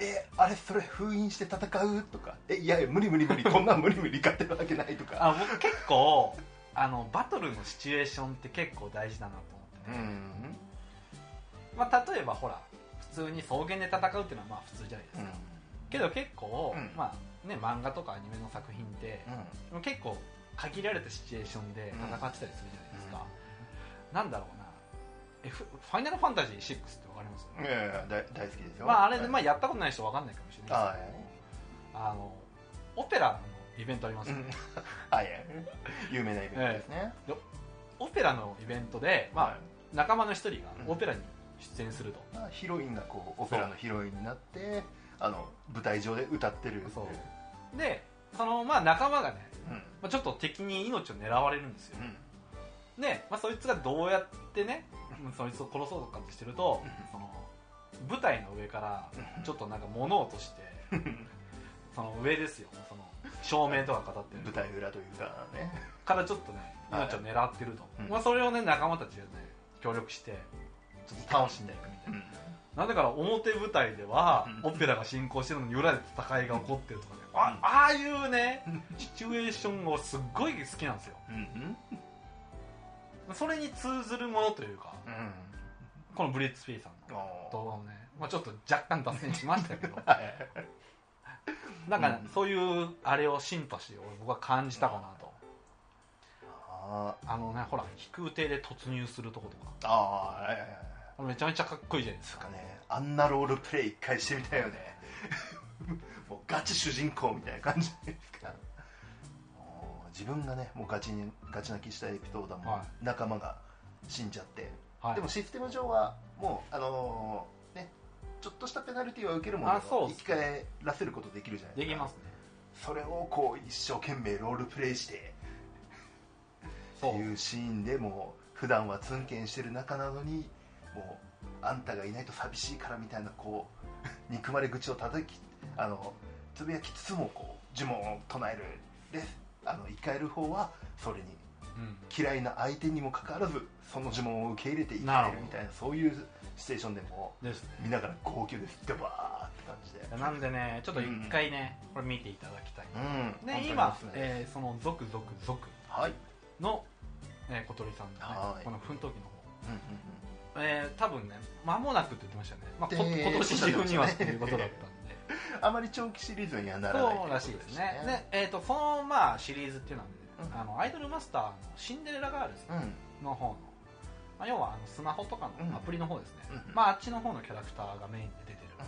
B: えあれそれ封印して戦うとかえいやいや無理無理無理こんなん無理無理勝てるわけないとか
A: あ僕結構あのバトルのシチュエーションって結構大事だなと思って
B: う
A: ね、
B: ん
A: まあ、例えばほら普通に草原で戦うっていうのはまあ普通じゃないですか、
B: うん
A: けど結構、
B: うん
A: まあね、漫画とかアニメの作品って、結構限られたシチュエーションで戦ってたりするじゃないですか、なんだろうなえフファイナルファンタジー6ってわかります、
B: いやいや大大好きですよ
A: まああれで、ま
B: は
A: あ、
B: い
A: やったことない人わかんないかもしれない
B: は
A: ですけどあのオペラのイベントあります
B: い
A: よ
B: う
A: ね、
B: んはいはい有名なイベントですね
A: オペラのイベントで、まあ
B: はい
A: 仲間の一人が
B: うん
A: オペラに出演すると、
B: まあヒロインがこうオペラのヒロインになってあの舞台上で歌ってるってい
A: そうでその、まあ、仲間がね、
B: うん
A: まあ、ちょっと敵に命を狙われるんですよ、
B: うん
A: で、まあ、そいつがどうやってね そいつを殺そうとかってしてるとその舞台の上からちょっとなんか物を落と してその上ですよその照明とか語って
B: 舞
A: る
B: 台裏というかね
A: からちょっとね
B: はい
A: 命を狙ってると、
B: うん
A: まあ、それをね仲間たちがね協力してちょっと楽しんでいくみたいな、なんだから表舞台では
B: う
A: オペラが進行してるのに裏で戦いが起こってるとかねあああいうね
B: うん
A: シチュエーションをすっごい好きなんですよ
B: うんうん
A: それに通ずるものというか
B: うん
A: このブリッツ・ピーさんの動画もね、まあ、ちょっと若干脱線しましたけ どなんか、ね
B: うん
A: そういうあれをシンパシーを僕は感じたかなと、
B: あ
A: あのねほら飛空艇で突入するとこと
B: ーあーはいはいはい
A: かめちゃめちゃかっこいいじゃないです
B: つう
A: か
B: かねあんなロールプレイ一回してみたいよね もうガチ主人公みたいな感じじゃないですかもう自分がねもうガチにガチ泣きしたエピソードも、
A: は
B: 仲間が死んじゃって、
A: はい
B: でもシステム上はもうあのーねちょっとしたペナルティは受けるもの
A: あ
B: の
A: そうっ
B: 生
A: す
B: き返らせることできるじゃないで
A: です
B: か
A: きますね
B: それをこう一生懸命ロールプレイして
A: そう
B: っていうシーンでもう普段はツンケンしてる仲なのにもうあんたがいないと寂しいからみたいなこう 憎まれ口を叩きあのつぶやきつつもこう呪文を唱えるであの生き返る方はそれに
A: うん
B: 嫌いな相手にもかかわらずその呪文を受け入れて生き返るみたいなそういうシチュエーションでも
A: ですね
B: 見ながら号泣ですドバーって感じで
A: なんでねちょっと一回ね、これ見ていただきたい
B: うん
A: で
B: わ
A: 今
B: かりますね
A: えーその「続々続
B: はい」
A: の、えー小鳥さんのね、
B: はい
A: この奮闘記の方
B: うんうん
A: えー、多分ね間もなくって言ってましたね、まあ、こ
B: で
A: 今年中には
B: おっしゃ
A: っ
B: ってました
A: て
B: ね
A: いうことだったんで
B: うんあまり長期シリーズには ならない
A: そうらしいですね
B: とうこと
A: で、えー、とその、まあ、シリーズっていうのはね、
B: うん
A: あのアイドルマスターのシンデレラガールズ
B: うん
A: の方の、まあ、要はあのスマホとかのアプリの方ですね、
B: うん
A: まあ、あっちの方のキャラクターがメインで出てるや
B: う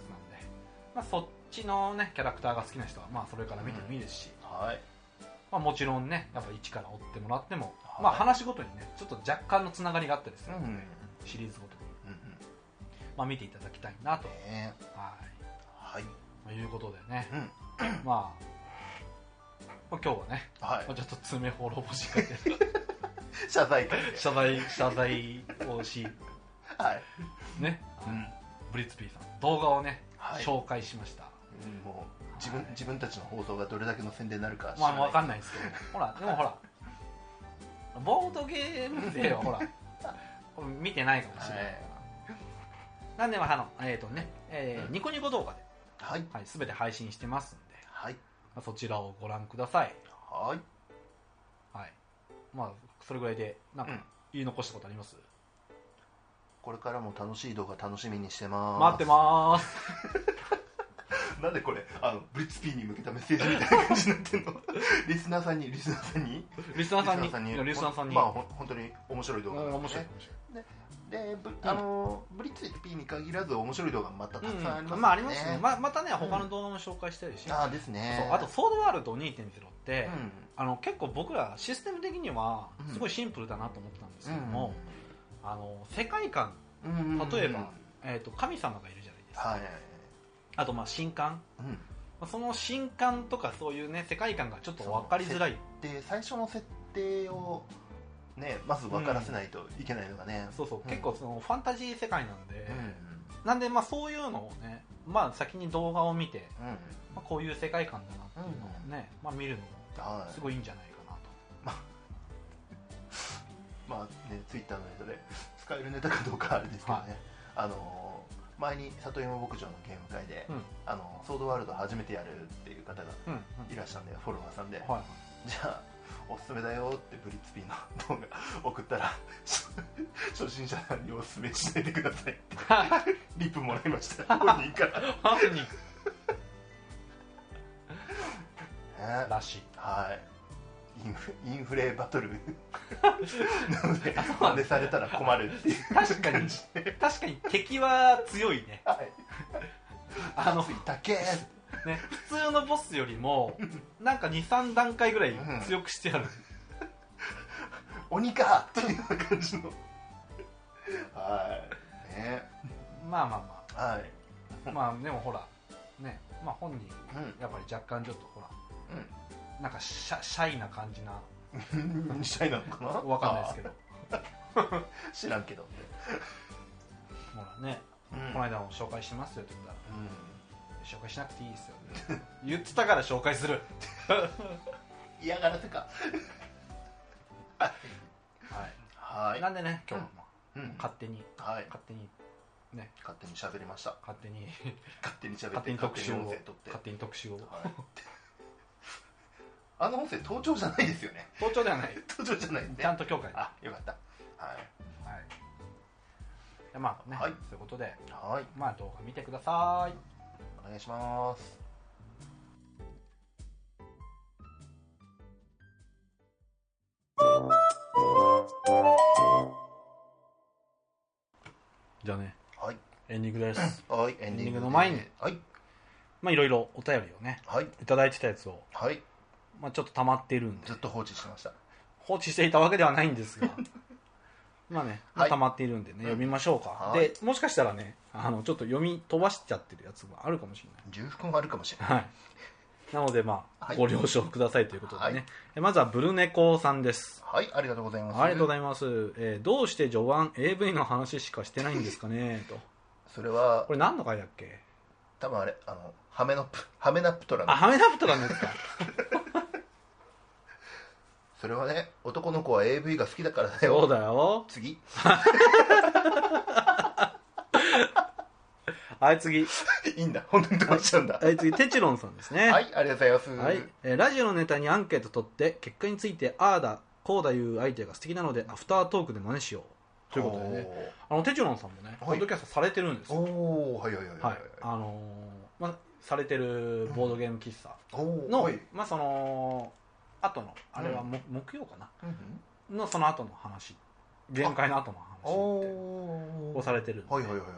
A: つなんで、まあ、そっちのねキャラクターが好きな人は、まあ、それから見てもいいですし、
B: んはい
A: まあ、もちろんねやっぱ一から追ってもらっても、
B: はい
A: まあ、話ごとにねちょっと若干のつながりがあったりす
B: う
A: る
B: ん
A: の
B: う
A: で、
B: ん
A: シリーズごとに、
B: うん
A: まあ、見ていただきたいなと、
B: ね
A: はい
B: はい
A: ということで ね、
B: うん
A: まあ、まあ今日はね、
B: はい
A: まあ、ちょっと爪滅ぼしかけ
B: 謝罪会で
A: 謝罪謝罪をし
B: はい
A: ね、
B: うん
A: ブリッツピーさん動画をね、
B: はい
A: 紹介しました
B: うんもう自分
A: はい
B: 自分たちの放送がどれだけの宣伝になるか知
A: ま
B: ら
A: あ
B: ない
A: 分かんないですけどほ らでもほらボードゲーム勢 はほら見てないかもしれない、
B: はい
A: なんでまああのえっ、とね、えーニコニコ動画で、
B: はい
A: はい、全て配信してますんで、
B: はい
A: まあ、そちらをご覧ください
B: はい
A: はいまあそれぐらいでなん
B: うん
A: か言い残したことあります、
B: これからも楽しい動画楽しみにしてます
A: 待ってまーす
B: なんでこれあのブリッツピーに向けたメッセージみたいな感じになってんの リスナーさんにリスナーさんに
A: リスナーさんにいやリスナーさんに、
B: まあほん本当に面白い動画、
A: うん面白い
B: でブ,、あのブリッツピーに限らず面白い動画またた
A: 面
B: くさんあり
A: 白い
B: ますよね、
A: まあありますねままたね他の動画も紹介したりし、
B: ああですね
A: そうあと「ソードワールド2.0」って、
B: うん
A: あの結構僕らシステム的には
B: うん
A: すごいシンプルだなと思ったんですけども、あの世界観
B: うんうんうん
A: 例えば、えー、と神様がいるじゃないですか、
B: はい
A: あとまあ神官
B: うん
A: まあその神官とかそういうね世界観がちょっと分かりづらい
B: で最初の設定をねまず分からせないといけないのがね、
A: そうそう、
B: うん
A: 結構そのファンタジー世界なんで、
B: うん
A: なんでまあそういうのをね、まあ、先に動画を見て、
B: うん
A: まあ、こういう世界観だなっていうのをね、まあ、見るのも
B: はい
A: すごいいいんじゃないかな
B: まあね、ツイッターのネタで使えるネタかどうかあれですけどね、あのー前に里芋牧場のゲーム会で、
A: と、
B: あのーソードワールド初めてやるっていう方が
A: うんうん
B: いらっしゃるんでフォロワーさんで、
A: はいはい、
B: じゃあおすすめだよってブリッツピーの動画送ったら し初心者さんにおすすめしないでくださいってリップもらい ました本人から、ね
A: ハーフにらしい
B: はいインフインフレバ トルなので真似されたら困るっていう
A: 確かに確かに敵は強いね
B: はい
A: あの
B: ついたけーって
A: ね普通のボスよりもなんか23段階ぐらい強くしてある、
B: 鬼かというような感じのはいね
A: まあま
B: はい
A: あまあまあでもほらねまあ本人
B: う
A: やっぱり若干ちょっとほらなんかシャシャイな感じな
B: うん したいなのかな
A: わかんないですけ
B: ど
A: ど
B: 知らんけどって
A: ほらね
B: うん
A: この間も紹介しますよって言ったら
B: うん
A: 紹介しなくていいですよって言ってたから紹介する
B: 嫌がらせか
A: は
B: はいい
A: なんでね今日はまあ
B: うん
A: 勝手に
B: はい
A: 勝手に
B: 勝手に喋りました
A: 勝手に
B: 勝手に喋っ
A: 勝手
B: て
A: に特集を
B: 勝手に音声撮って
A: 勝手に特集を
B: はいあの音声盗聴じゃないですよね
A: 盗聴ではない
B: 盗聴じゃないね
A: ちゃんと教会はい
B: あよかったはい
A: でまあね、
B: はい
A: そういうことで
B: はい
A: まあ動画見てください
B: お願いします
A: じゃあね
B: はい
A: エンディングです
B: はいエ
A: ン
B: ン
A: ディ
B: ディ
A: ン
B: ン
A: グ
B: グ
A: の前に
B: ではい
A: まあいろいろお便りをね
B: はい
A: いただいてたやつを、
B: はい
A: まあ、ちょっと溜まっているんで
B: ずっと放置してました
A: 放置していたわけではないんです がまあね、まあ
B: はい
A: 溜まっているんでね、読みましょうか、
B: はい
A: でもしかしたらねあのちょっと読み飛ばしちゃってるやつがあるかもしれない
B: 重複もあるかもしれない
A: はい。なので、まあ、
B: はい
A: ご了承くださいということでね。
B: はい
A: えまずは、ブルネコさんです。
B: はいありがとうございます
A: ありがとうございます。えーどうして序盤 AV の話しかしてないんですかねと。
B: それは
A: これ何の回だっけ
B: 多分あれあのハメのプハメナプトラ
A: あ、
B: の
A: ハメナプトなん ですか
B: それはね男の子は AV が好きだからだよ
A: そうだよ。
B: 次
A: あはい、次。
B: いいんだ本当にどうしちゃうんだ
A: はい、次、テチロンさんですね。
B: はいありがとうございます、
A: はい、えーラジオのネタにアンケート取って結果についてああだこうだいうアイデアが素敵なのでアフタートークで真似しようということでねあのテチュロンさんもね
B: い
A: ポッドキャストされてるんです
B: おー
A: よ
B: おーはいはいはい
A: はいあのーまあ、されてるボードゲーム喫茶
B: おー
A: の、
B: はい
A: まあその後のあれはも、木曜かなのその後の話限界の後の話って
B: お
A: を
B: ー
A: されてるんで
B: はいはいはいはい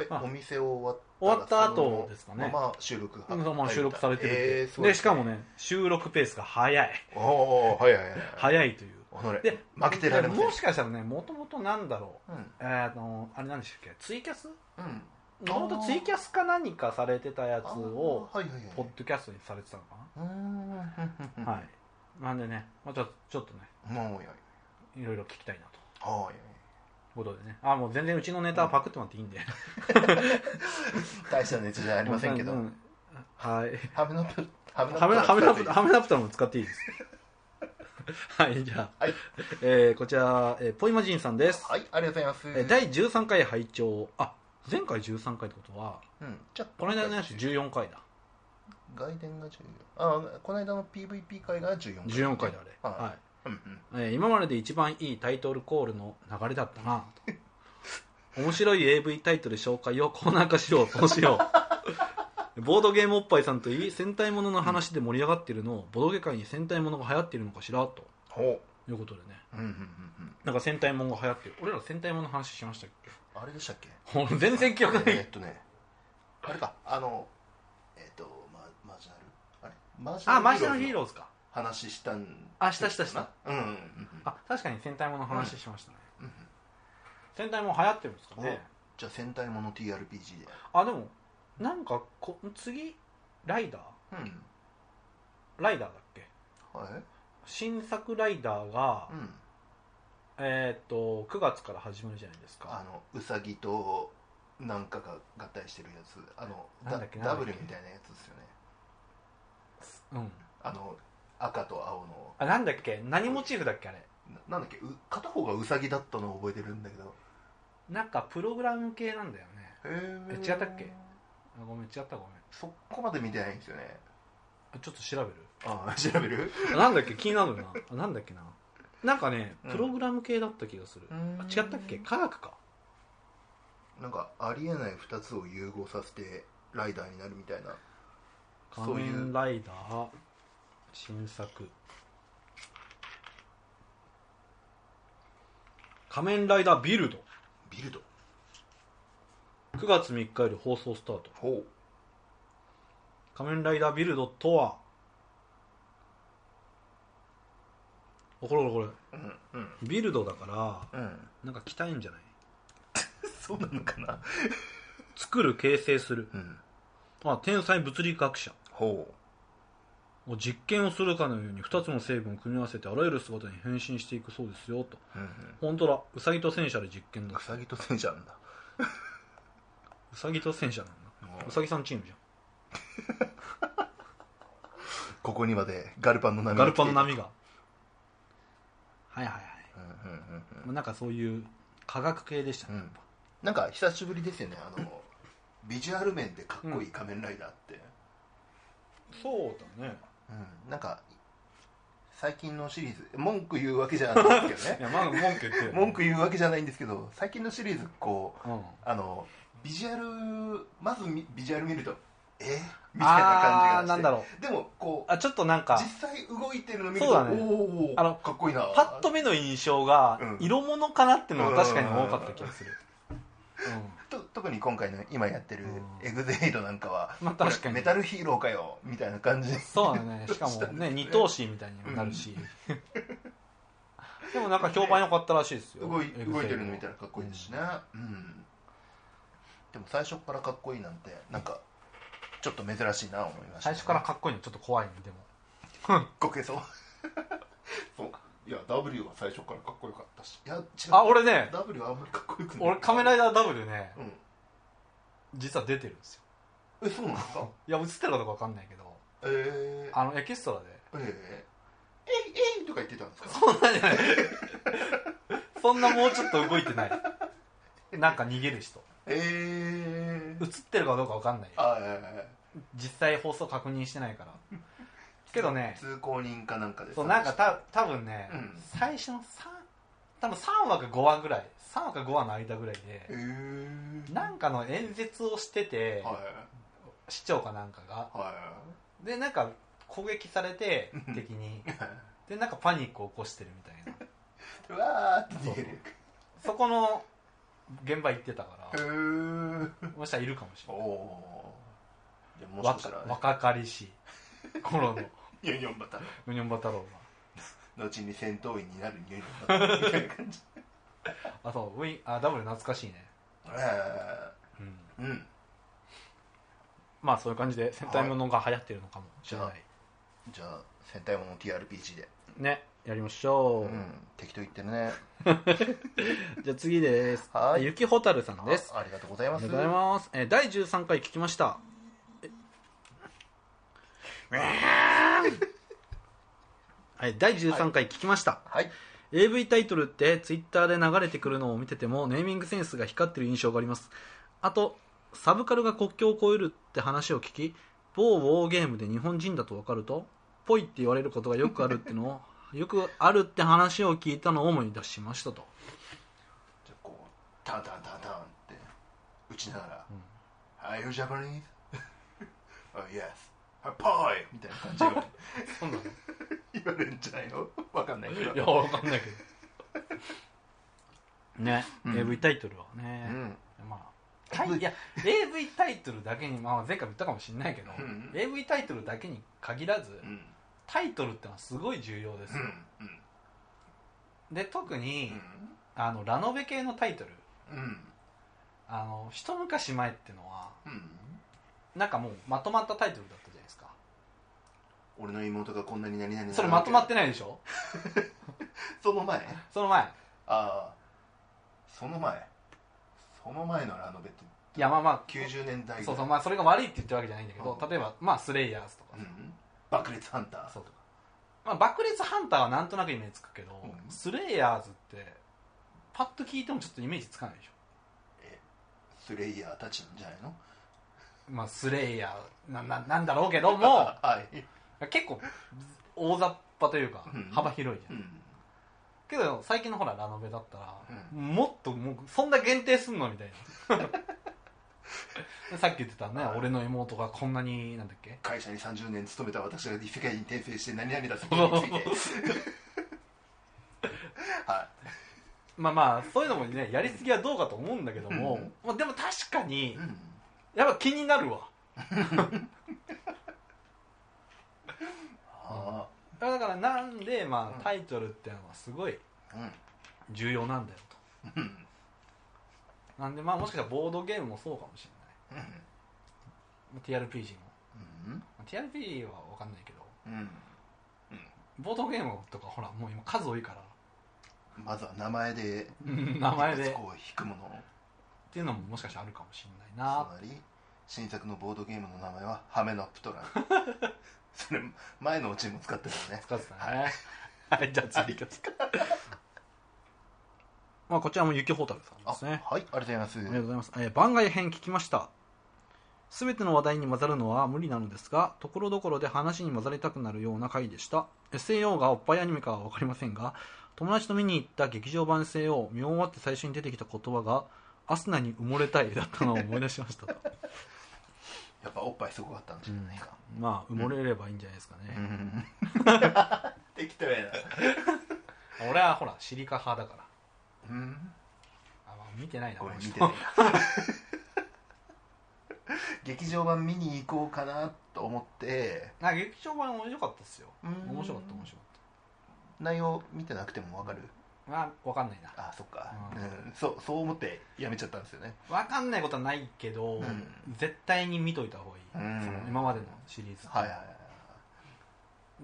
B: え
A: まあ
B: お店を終
A: 終わ
B: わ
A: っ
B: ったたら
A: 後ですかね
B: そのまま収録
A: うんまあ収録されてるんで,、
B: えーすごい
A: でしかもね収録ペースが早い
B: おおはいはいはい
A: 早いという
B: おのれ
A: で
B: 負けてられません
A: もしかしたらねもともとなんだろう
B: うん
A: えーあのあれ何でしたっけツイキャス
B: うん
A: もともとツイキャスか何かされてたやつ
B: あー
A: を
B: はいはい
A: ポ
B: は
A: ッ
B: い
A: ドキャストにされてたのか
B: うーん
A: な、はいなんでね、まあ、ちょちょっとね
B: もうや
A: いろいろ聞きたいなと
B: はい
A: いうことでねあもう全然うちのネタはパクってもらっていいんで、
B: 大した熱じゃあ
A: あ
B: りませんけど
A: はい
B: ハメのプハメ
A: ハメ
B: の
A: ナハメナプ
B: は
A: ハメナプターも使っていいです はいじゃあ、
B: はい
A: えーこちら、えーポイマジンさんです、
B: いありがとうございます
A: えー第13回拝聴あ前回13回ってことは
B: うんじゃあ
A: この間のやつ14回だ
B: 外伝が14あこの間の PVP 回が14回
A: 14回だあれ、
B: はい
A: はい
B: うんうん
A: えー今までで一番いいタイトルコールの流れだったなと面白い AV タイトル紹介をコーナー化しようこうしようボードゲームおっぱいさんといい戦隊ものの話で盛り上がってるのをボドゲ界に戦隊ものが流行ってるのかしらと
B: ほ
A: いうことでね
B: ううんうんうん
A: なんか戦隊ものが流行ってる俺ら戦隊ものの話しましたっ
B: うんあれでしたっけ
A: け俺全然記憶な
B: えー
A: い
B: っとねあれかあのえーっとまマージナルあれマージ
A: あマジナルヒ
B: ヒ
A: ー
B: ーローの
A: ローズか
B: 話したん
A: あしたしたした
B: うんうん
A: あ確かに戦隊ものの話しましたね、
B: うんうん
A: 戦隊も流行ってるんですかね
B: じゃあ戦隊もの TRPG で
A: あでもなんかこ次ライダー
B: うん
A: ライダーだっけ
B: はい
A: 新作ライダーが、
B: うん
A: えーっと9月から始まるじゃないです
B: あ
A: か
B: のウサギとなんかが合体してるやつあの
A: なん
B: ダ
A: だっけ
B: ダブ
A: なんだ
B: ル
A: っけ
B: みたいなやつですよね
A: うん
B: あの赤と青の
A: あなんだっけ何モチーフだっけあれ
B: ななんだっけう片方がウサギだったのを覚えてるんだけど
A: なんかプログラム系なんだよね
B: え
A: え違ったっけあごめん違ったごめん
B: そこまで見てないんですよね
A: あちょっと調べる
B: ああ 調べる
A: あなんだっけ気になるなあなんだっけななんかね
B: うん
A: プログラム系だった気がする、あ違ったっけ科学か
B: なんかありえない2つを融合させてライダーになるみたいなそう
A: 仮
B: いう
A: 面ライダー新作仮面ライダービルド
B: ビルド
A: 9月3日より放送スタート
B: ほ
A: 仮面ライダービルドとはあこれこれこ
B: ううんうん
A: れビルドだから
B: うん
A: なんか着たいんじゃない
B: そうなのかな
A: 作る形成する
B: うん
A: あ天才物理学者
B: ほ
A: もう実験をするかのように2つの成分を組み合わせてあらゆる姿に変身していくそうですよと
B: う、うん
A: 本当だウサギと戦車で実験
B: う
A: だ
B: ん、ウサギと戦車なんだ
A: ウサギと戦車なんだ
B: うん
A: ウサギさんチームじゃん
B: ここにまでガルパンの波
A: ガルパンの
B: が来
A: 波がはいはいはい、
B: ているうんうんうんうん
A: まあなんかそういう科学系でしたね、
B: うんなんか久しぶりですよね あのビジュアル面でかっこいい仮面ライダーって、
A: そうだね
B: うんなんか最近のシリーズ文句言うわけじゃないんですけど
A: い
B: ね
A: やまあ文句言ってよ
B: 文句言うわけじゃないんですけど最近のシリーズこう
A: うん
B: あのビジュアルまずみビジュアル見るとえみたいな
A: あ
B: 感
A: ー
B: じがして
A: なんだろ
B: でもこう
A: あちょっとなんか
B: 実際動いてるの見ると
A: そうだね
B: おーおー
A: あの
B: かっこいいな
A: パッと目の印象が
B: うん
A: 色物かなってのが確かに多かった気がする
B: と特に今回の今やってる
A: うん
B: エグゼイドなんかは、
A: まあ確かに
B: メタルヒーローかよみたいな感じ
A: うんそうだねしかもね二等身みたいにもなるしでもなんか評判良かったらしいですよ
B: 動い
A: エグゼイド
B: 動いてるの見たらかっこいいですしね、うんでも最初からかっこいいなんてなんかちょっと珍しいな思いました、
A: 最初からかっこいいのちょっと怖いねでも
B: こけそう そういや W は最初からかっこよかったしいや違う
A: あ俺ね
B: W はあんまりかっこよくない
A: 俺仮面ライダー W ね
B: うん
A: 実は出てるんですよ
B: えそうなんですか
A: いや映って るかどうかわかんないけど
B: えー、
A: あのエキストラで
B: えー、えいえいとか言ってたんですか
A: そんなんじゃないそんなもうちょっと動いてないなんか逃げる人
B: え
A: 映ってるかどうかわかんないよ
B: あいやいやいや
A: 実際放送確認してない からけどね
B: 通行人かなんかで
A: そうなんかた多分ね、
B: うん
A: 最初の3多分3話か5話ぐらい3話か5話の間ぐらい
B: へ
A: で
B: え
A: なんかの演説をしてて、
B: は
A: 市長かなんかが
B: いは
A: でなんか攻撃されて敵 に
B: い
A: でなんかパニックを起こしてるみたいな
B: うわーって逃げる
A: そこの現場行ってたか
B: へ
A: らも
B: ー
A: しかしたらいるかもし
B: お
A: れない
B: おーじゃあもしかしたら、
A: 若若かりし頃の
B: ニュニョンバタ
A: ウニョンバ太郎が
B: 後に戦闘員になるニュニ ョンバタみたいな感じ
A: あそうウィンあ W 懐かしいね、
B: え
A: うん、
B: ーうん
A: まあそういう感じで戦隊ものが流行ってるのかもしれない、
B: はじゃあ戦隊もの TRPG で
A: ねやりましょ
B: う
A: う、
B: ん適当言ってるね
A: じゃあ次です
B: はい
A: ゆきほたるさんです
B: あありがとうござい
A: あ
B: ま
A: り
B: す
A: がとうございます、えー第13回聞きましたえはい、第13回聞きました、
B: はい
A: AV タイトルってツイッターで流れてくるのを見ててもネーミングセンスが光ってる印象がありますあとサブカルが国境を越えるって話を聞き某ウォーゲームで日本人だと分かるとぽいって言われることがよくあるってのを よくあるって話を聞いたのを思い出しましたと
B: じゃあこうタンタンタンタンって打ちながら「Are you Japanese? 」oh, yes「はいぽい!」みたいな感 じが
A: そんなの
B: 言われるんじゃないのわかんないけど
A: いやわかんないけど ね、
B: うん
A: AV タイトルは
B: う
A: ね、
B: ん
A: まあタイいや AV タイトルだけに、まあ、前回も言ったかもしれないけど、
B: うん
A: AV タイトルだけに限らず、
B: うん
A: タイトルってのはすごい重要です
B: う
A: よ、
B: んうん
A: で特に、
B: うん
A: あのラノベ系のタイトル
B: うん
A: あの一昔前ってのは
B: うん
A: なんかもうまとまったタイトルだったじゃないですか
B: 俺の妹がこんなに何々な
A: それまとまってないでしょ
B: その前
A: その前
B: ああその前その前のラノベって
A: いやまあまあ
B: 90年代
A: そうそうまあそれが悪いって言ってるわけじゃないんだけど
B: うん
A: 例えばまあスレイヤーズとか
B: う、ん爆裂ハンター
A: そうとかまあ爆裂ハンターはなんとなくイメージつくけど、
B: うん
A: スレイヤーズってパッと聞いてもちょっとイメージつかないでしょ
B: スレイヤーたちなんじゃないの
A: まあスレイヤーなななんだろうけども
B: はい
A: 結構大雑把というか
B: うん
A: 幅広いじゃん、
B: うん
A: けど最近のほらラノベだったら、もっともうそんな限定すんのみたいな さっき言ってたね、
B: はい
A: 俺の妹がこんなになんだっけ
B: 会社に30年勤めた私が異世界に転生して何々だったことについては
A: まあまあそういうのもねやりすぎはどうかと思うんだけども、
B: うん
A: まあ、でも確か
B: い、
A: に
B: うん、
A: やっぱ気になるわ
B: あ
A: だからなんでま
B: う
A: あ
B: ん
A: タイトルっていうのはすごい
B: あうん
A: 重要なんだよ
B: うん
A: となんでまあもしかしたらボードゲームもそうかもしれないまあ TRPG も
B: うん
A: まあ TRPG は分かんないけど
B: うん
A: ボードゲームとかほらもう今数多いから
B: まずは名前で
A: うん名前で
B: いくつ
A: っ
B: こう引くものを
A: ていうのももしかしたらあるかもしれないな
B: つまり新作のボードゲームの名前はハメのアップトラン それ前のうちにも使ってたよね
A: 使ってたねはいじゃあ次行きますか まあこちらも雪ホタルさんですね
B: はいありがとうございます
A: ありがとうございます、えー番外編聞きました全ての話題に混ざるのは無理なのですがところどころで話に混ざりたくなるような回でした SAO がおっぱいアニメかは分かりませんが友達と見に行った劇場版 SAO 見終わって最初に出てきた言葉が「アスナに埋もれたい」だったのを思い出しました と
B: やっぱおっぱいすごかったんじゃないか、
A: まあ埋もれればいいんじゃないですかね、
B: ん、適当やな
A: 俺はほらシリカ派だから
B: うん
A: あ、まあ見てないな
B: ごめん
A: この
B: 見
A: 人
B: てない劇場版見に行こうかなと思って
A: なんか劇場版面白かったっすよ
B: うーん
A: 面白かった面白か
B: 内容見てなくてもわかる
A: ったまあ分かんないな
B: あそっか、
A: う
B: うんんそうそう思ってやめちゃったんですよね
A: 分かんないことはないけど、
B: うん
A: 絶対に見といた方がいい、
B: うん
A: その今までのシリーズ、
B: はいはいはい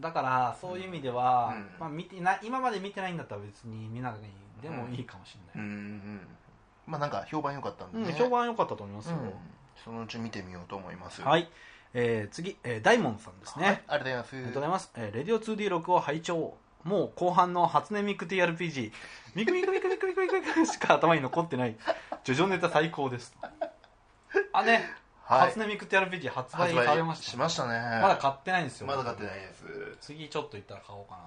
A: だからそういう意味では、
B: うん
A: まあ、見てな今まで見てないんだったら別に見なくていいでもいいかもしれ
B: うん
A: ない、
B: うんまあなんか評判良かったんで、
A: うん
B: ね
A: 評判良かったと思います
B: う
A: よ、
B: んそのうち見てみようと思います
A: はいい、えー次、えー、大門さんですね、
B: はいありがとうございます
A: ありがとうございます。えーレディオ 2D6 を拝聴。もう後半の初音ミク TRPG。ミクミクミクミクミクミクミクしか頭に残ってない。ジョジョネタ最高です。あね、
B: はい
A: 初音ミクって RPG 発売
B: 発
A: されま
B: 売
A: し
B: したましたね
A: まだ買ってないんですよ
B: まだ買ってないです
A: 次ちょっと行ったら買おうか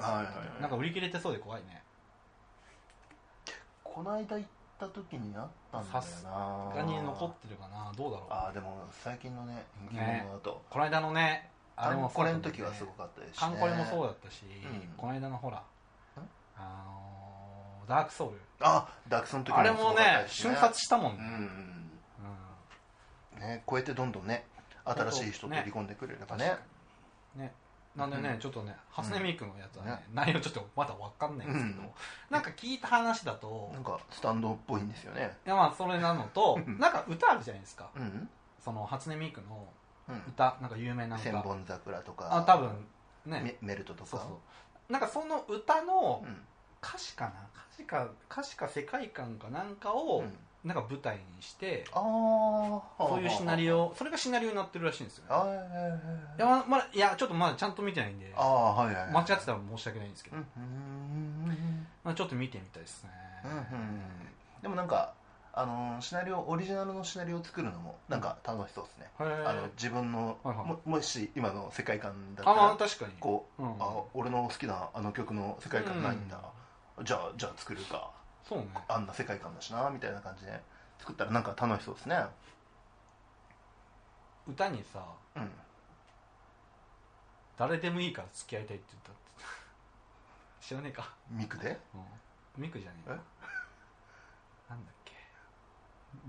A: な、
B: はいはいはい
A: なんか売り切れてそうで怖いね
B: この間行った時にあったんだよな
A: さす他に残ってるかなどうだろう
B: ああでも最近のね人気
A: ね
B: 者だと、
A: この間のねあ
B: あ
A: れ
B: れ
A: も
B: も
A: そう
B: こ
A: だ
B: れ
A: った
B: の
A: んだよ
B: 時はすごかったですし、ね、
A: カンコレもそうだったし、
B: うん
A: この間のほらあのーダークソウル
B: あダークソンの時
A: あれも
B: すごかった
A: ね
B: です
A: 瞬殺したもん
B: う
A: ね、
B: ん
A: うん
B: うんねこうやってどんどんね新しい人取り込んでくれればね
A: 確かにねなんでね、
B: うん
A: ちょっとね初音ミクのやつはね、
B: ね
A: 内容ちょっとまだわかんないんですけど、
B: うん
A: なんか聞いた話だと
B: なんかスタンドっぽいんですよね
A: いやまあそれなのと
B: うん
A: なんか歌あるじゃないですか
B: うん、
A: その初音ミクの
B: うん、
A: 歌なんか有名な
B: 千
A: 歌
B: 本桜とか
A: あ多分ね
B: メメルトとか
A: そうそうなんかその歌の
B: うん
A: 歌詞かな歌詞か歌詞か世界観かなんかを
B: うん
A: なんか舞台にして、
B: あー
A: そういうシナリ
B: オ
A: オそれがシナリオになってるらしいんですよね
B: あ
A: いや,、まあまだいやちょっとまだちゃんと見てないんで
B: あーはいはいはい
A: 間違ってたら申し訳ないんですけど
B: う、んうん
A: まあ、ちょっと見てみたいですね、
B: うんうんでもなんかあのーシナリオオリジナルのシナリオを作るのもなんか楽しそうですね、
A: へー
B: あの自分の、
A: はいはい
B: ももし今の世界観だった
A: あまあ
B: ら
A: 確かに
B: こう、
A: うん
B: あ俺の好きなあの曲の世界観ないんだ、じゃあじゃあ作るか
A: そうね
B: あんな世界観だしなみたいな感じで作ったらなんか楽しそうですね
A: 歌にさ
B: うん
A: 誰でもいいから付き合いたいって言ったって 知らねえか、
B: ミクで
A: うん、ミクじゃねえかなんだっけ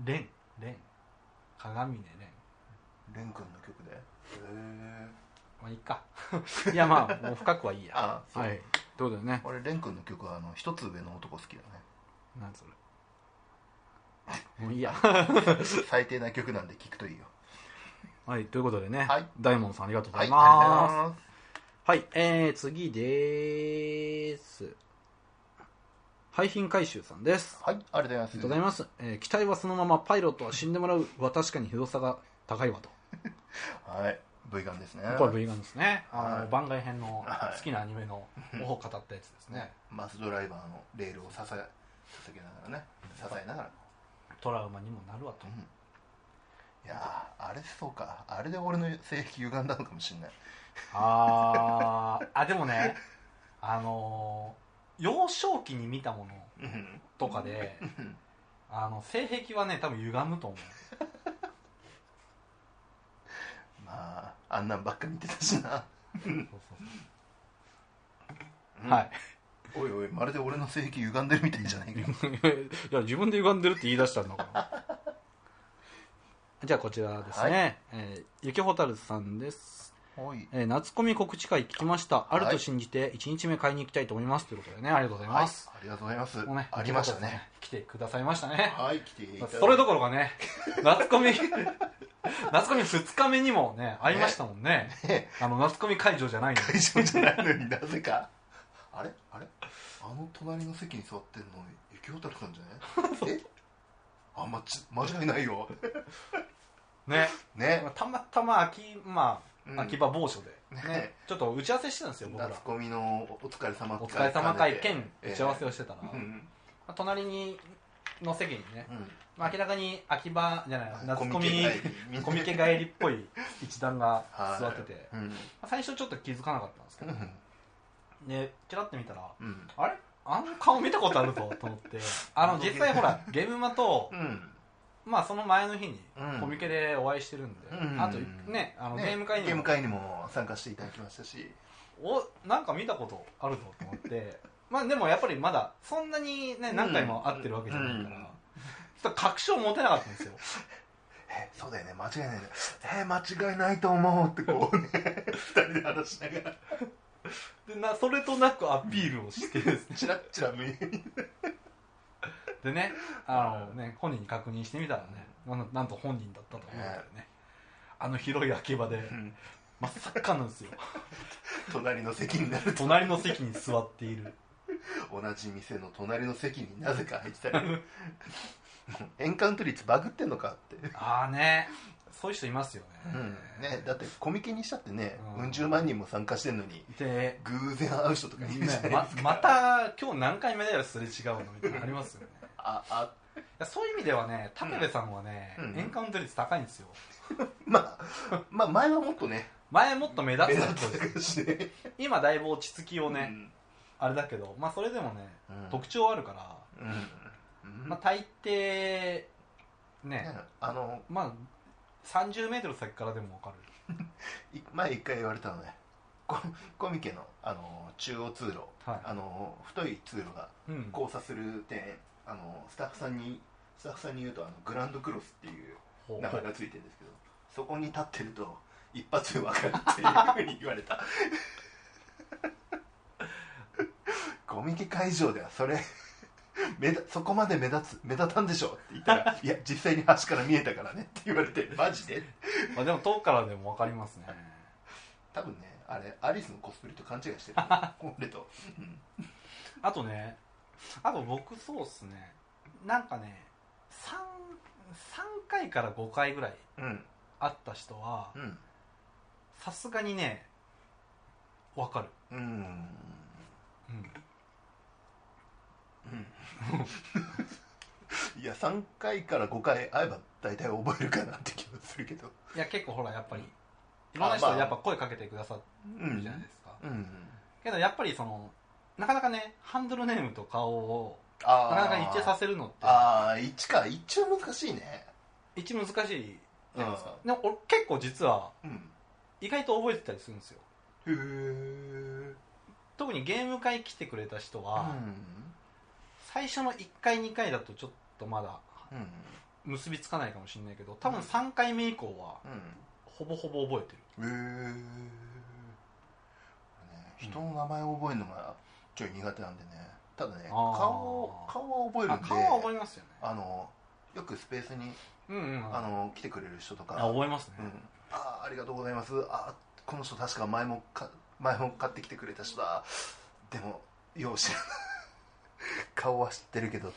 A: レンレン鏡ねレン
B: レン君の曲でへえ
A: まあいい かいやまあもう深くはいいや
B: あそう、
A: はいどうだよね
B: 俺レン君の曲はあの一つ上の男好きだね
A: なんそ れもういいや
B: 最低な曲なんで聞くといいよ
A: はいということでね、
B: はい
A: 大門さんありがとうござい
B: ありがとう
A: ま
B: ご
A: す
B: ざいます
A: はい、えー、次でーす。廃品回収さんです。
B: はい、ありが
A: あ
B: と
A: りがとうご
B: うござい
A: ざい
B: ま
A: ます。えー機体はそのまま、パイロットは死んでもらうは確かにひどさが高いわと。
B: す。はい、V ガンですね。
A: これ V ガンですね。あの、
B: はい
A: 番外編の
B: はい
A: 好きなアニメのを語ったやつですね。
B: マスドライバーのレールを支え、支えながらね、支えながら。
A: トラウマにもなるわと
B: うん。いやー、あれそうか、あれで俺の性癖歪んだのかもしれない。
A: あー、あ、でもね、あのー幼少期に見たものとか で、あの、性癖はね、多分歪むと思う。
B: まあ、あんなんばっか見てたしな。
A: そうそうそうはい。
B: おいおい、まるで俺の性癖歪んでるみたいじゃない か。
A: いや自分で歪んでるって言い出したんだから じゃあこちらですね、えーゆきほたるさんです、
B: おい。
A: えー夏コミ告知会聞きましたある
B: は
A: と
B: い
A: 信じて1日目買いに行きたいと思いますということでねありがとうござい
B: はい、あ
A: ます、
B: りがとうございます
A: もうね。
B: ありましたね。
A: 来てくださいましたね
B: はい、来ていただいて。
A: それどころかね 夏コミ 夏コミ2日目にもね会いましたもんね
B: ね
A: あの夏コミ会場じゃないの
B: 会場じゃないのになぜか。あれあれあの隣の席に座ってんの、雪蛍さんじゃ ねえあ、まち、間違いないよ。
A: ね
B: ね。
A: たまたま秋,、ま
B: うん
A: あ、秋葉某所で、ね
B: ね、
A: ちょっと打ち合わせしてたんですよ僕ら
B: 夏コミのお疲れ様
A: お疲れ様会兼打ち合わせ
B: を。
A: をしてたら、
B: ええうん
A: まあ隣にの席にね、
B: うん
A: まあ、明らかに秋葉じゃない夏コ
B: コミ
A: ミ
B: ケ帰り
A: コミケ帰りっぽい一団が
B: はい
A: 座ってて、
B: うんうん
A: まあ最初ちょっと気づかなかったんですけど、でチラッて見たら
B: うん
A: あれあの顔見たことあるぞと思って あの実際ほらゲームマと
B: う、ん
A: まあ、その前の日に
B: うん
A: コミケでお会いしてるんで、
B: うん
A: あとねあのゲーム会に
B: ゲー
A: も
B: ム会にも参加していただきましたし、
A: おなんか見たことあるぞと思って まあでもやっぱりまだそんなにね何回も会ってるわけじゃないから、
B: うん
A: ちょっと確証持てなかったんですよ
B: えそうだよね間違いないねえ間違いないと思うってこうね 二人で話しながら
A: でなそれとなくアピールを してですね
B: チラッチラ見え
A: でねあのね本人に確認してみたらねなんなんと本人だったと思うんだよねあの広い秋葉で、
B: ん
A: まさかなんですよ
B: 隣の席になると
A: 隣の席に座っている
B: 同じ店の隣の席になぜか入ってたり もうエンカウント率バグってんのかって
A: ああねそういう人いますよね,、
B: うんね、だってコミケにしたってね、
A: うん
B: うん十万人も参加してんのに
A: で
B: 偶然会う人とかいるじゃないですか、
A: ままた今日何回目だよすれ違うのみたいなのありますよね
B: ああ
A: やそういう意味ではね武部さんはね、
B: うん
A: エンカウント率高いんですよ
B: まあ、まあ前はもっとね
A: 前もっと目立
B: 目
A: つ
B: 立
A: だった
B: って
A: です
B: たしね
A: 今だいぶ落ち着きをね、
B: うん
A: あれだけどまあそれでもね、
B: うん
A: 特徴あるから、
B: うん
A: まあ大抵ね、
B: あの
A: まあ3 0ル先からでも分かる
B: い前一回言われたのねココミケのあの中央通路
A: はい
B: あの太い通路が
A: うん
B: 交差する点あのスタッフさんにスタッフさんに言うとあのグランドクロスっていう
A: ほう
B: 名前がついてるんですけどそこに立ってると一発で分かるっていうふうに言われた コミケ会場ではそれ目立そこまで目立つ目立たんでしょって言ったらいや実際に端から見えたからねって言われてマジで
A: まあでも遠くからでも分かりますね
B: 多分ねあれアリスのコスプレと勘違いしてる 俺と、うん
A: あとねあと僕そうっすねなんかね 3, 3回から5回ぐらい
B: うん
A: 会った人は
B: うん
A: さすがにね分かる、
B: うん
A: うん、
B: いや3回から5回会えば大体覚えるかなって気がするけど
A: いや結構ほらやっぱりいろんな人
B: あまあ
A: やっぱ声かけてくださ
B: う
A: る
B: ん
A: じゃないですか、
B: うん
A: けどやっぱりそのなかなかねハンドルネームと顔を
B: あ
A: な
B: ー
A: かなか一致させるのって
B: ああ1か1は難しいね
A: 一難しいじゃないですか
B: う
A: でも俺結構実は
B: うん
A: 意外と覚えてたりするんですよ
B: へえ
A: 特にゲーム会来てくれた人は、最初の1回2回だとちょっとまだ
B: うんうん
A: 結びつかないかもしれないけど多分3回目以降はほぼほぼ覚えてる
B: うんへえ、ね、人の名前を覚えるのがちょい苦手なんでねただね
A: あー
B: 顔を顔は覚える
A: あ
B: んで
A: 顔は覚えますよね
B: あのよくスペースに
A: うんうん
B: あの来てくれる人とか
A: あ覚えますね、
B: うん、あーありがとうございますあーこの人確か前もか前も買ってきてくれた人だでもよう知らない 顔は知ってるけど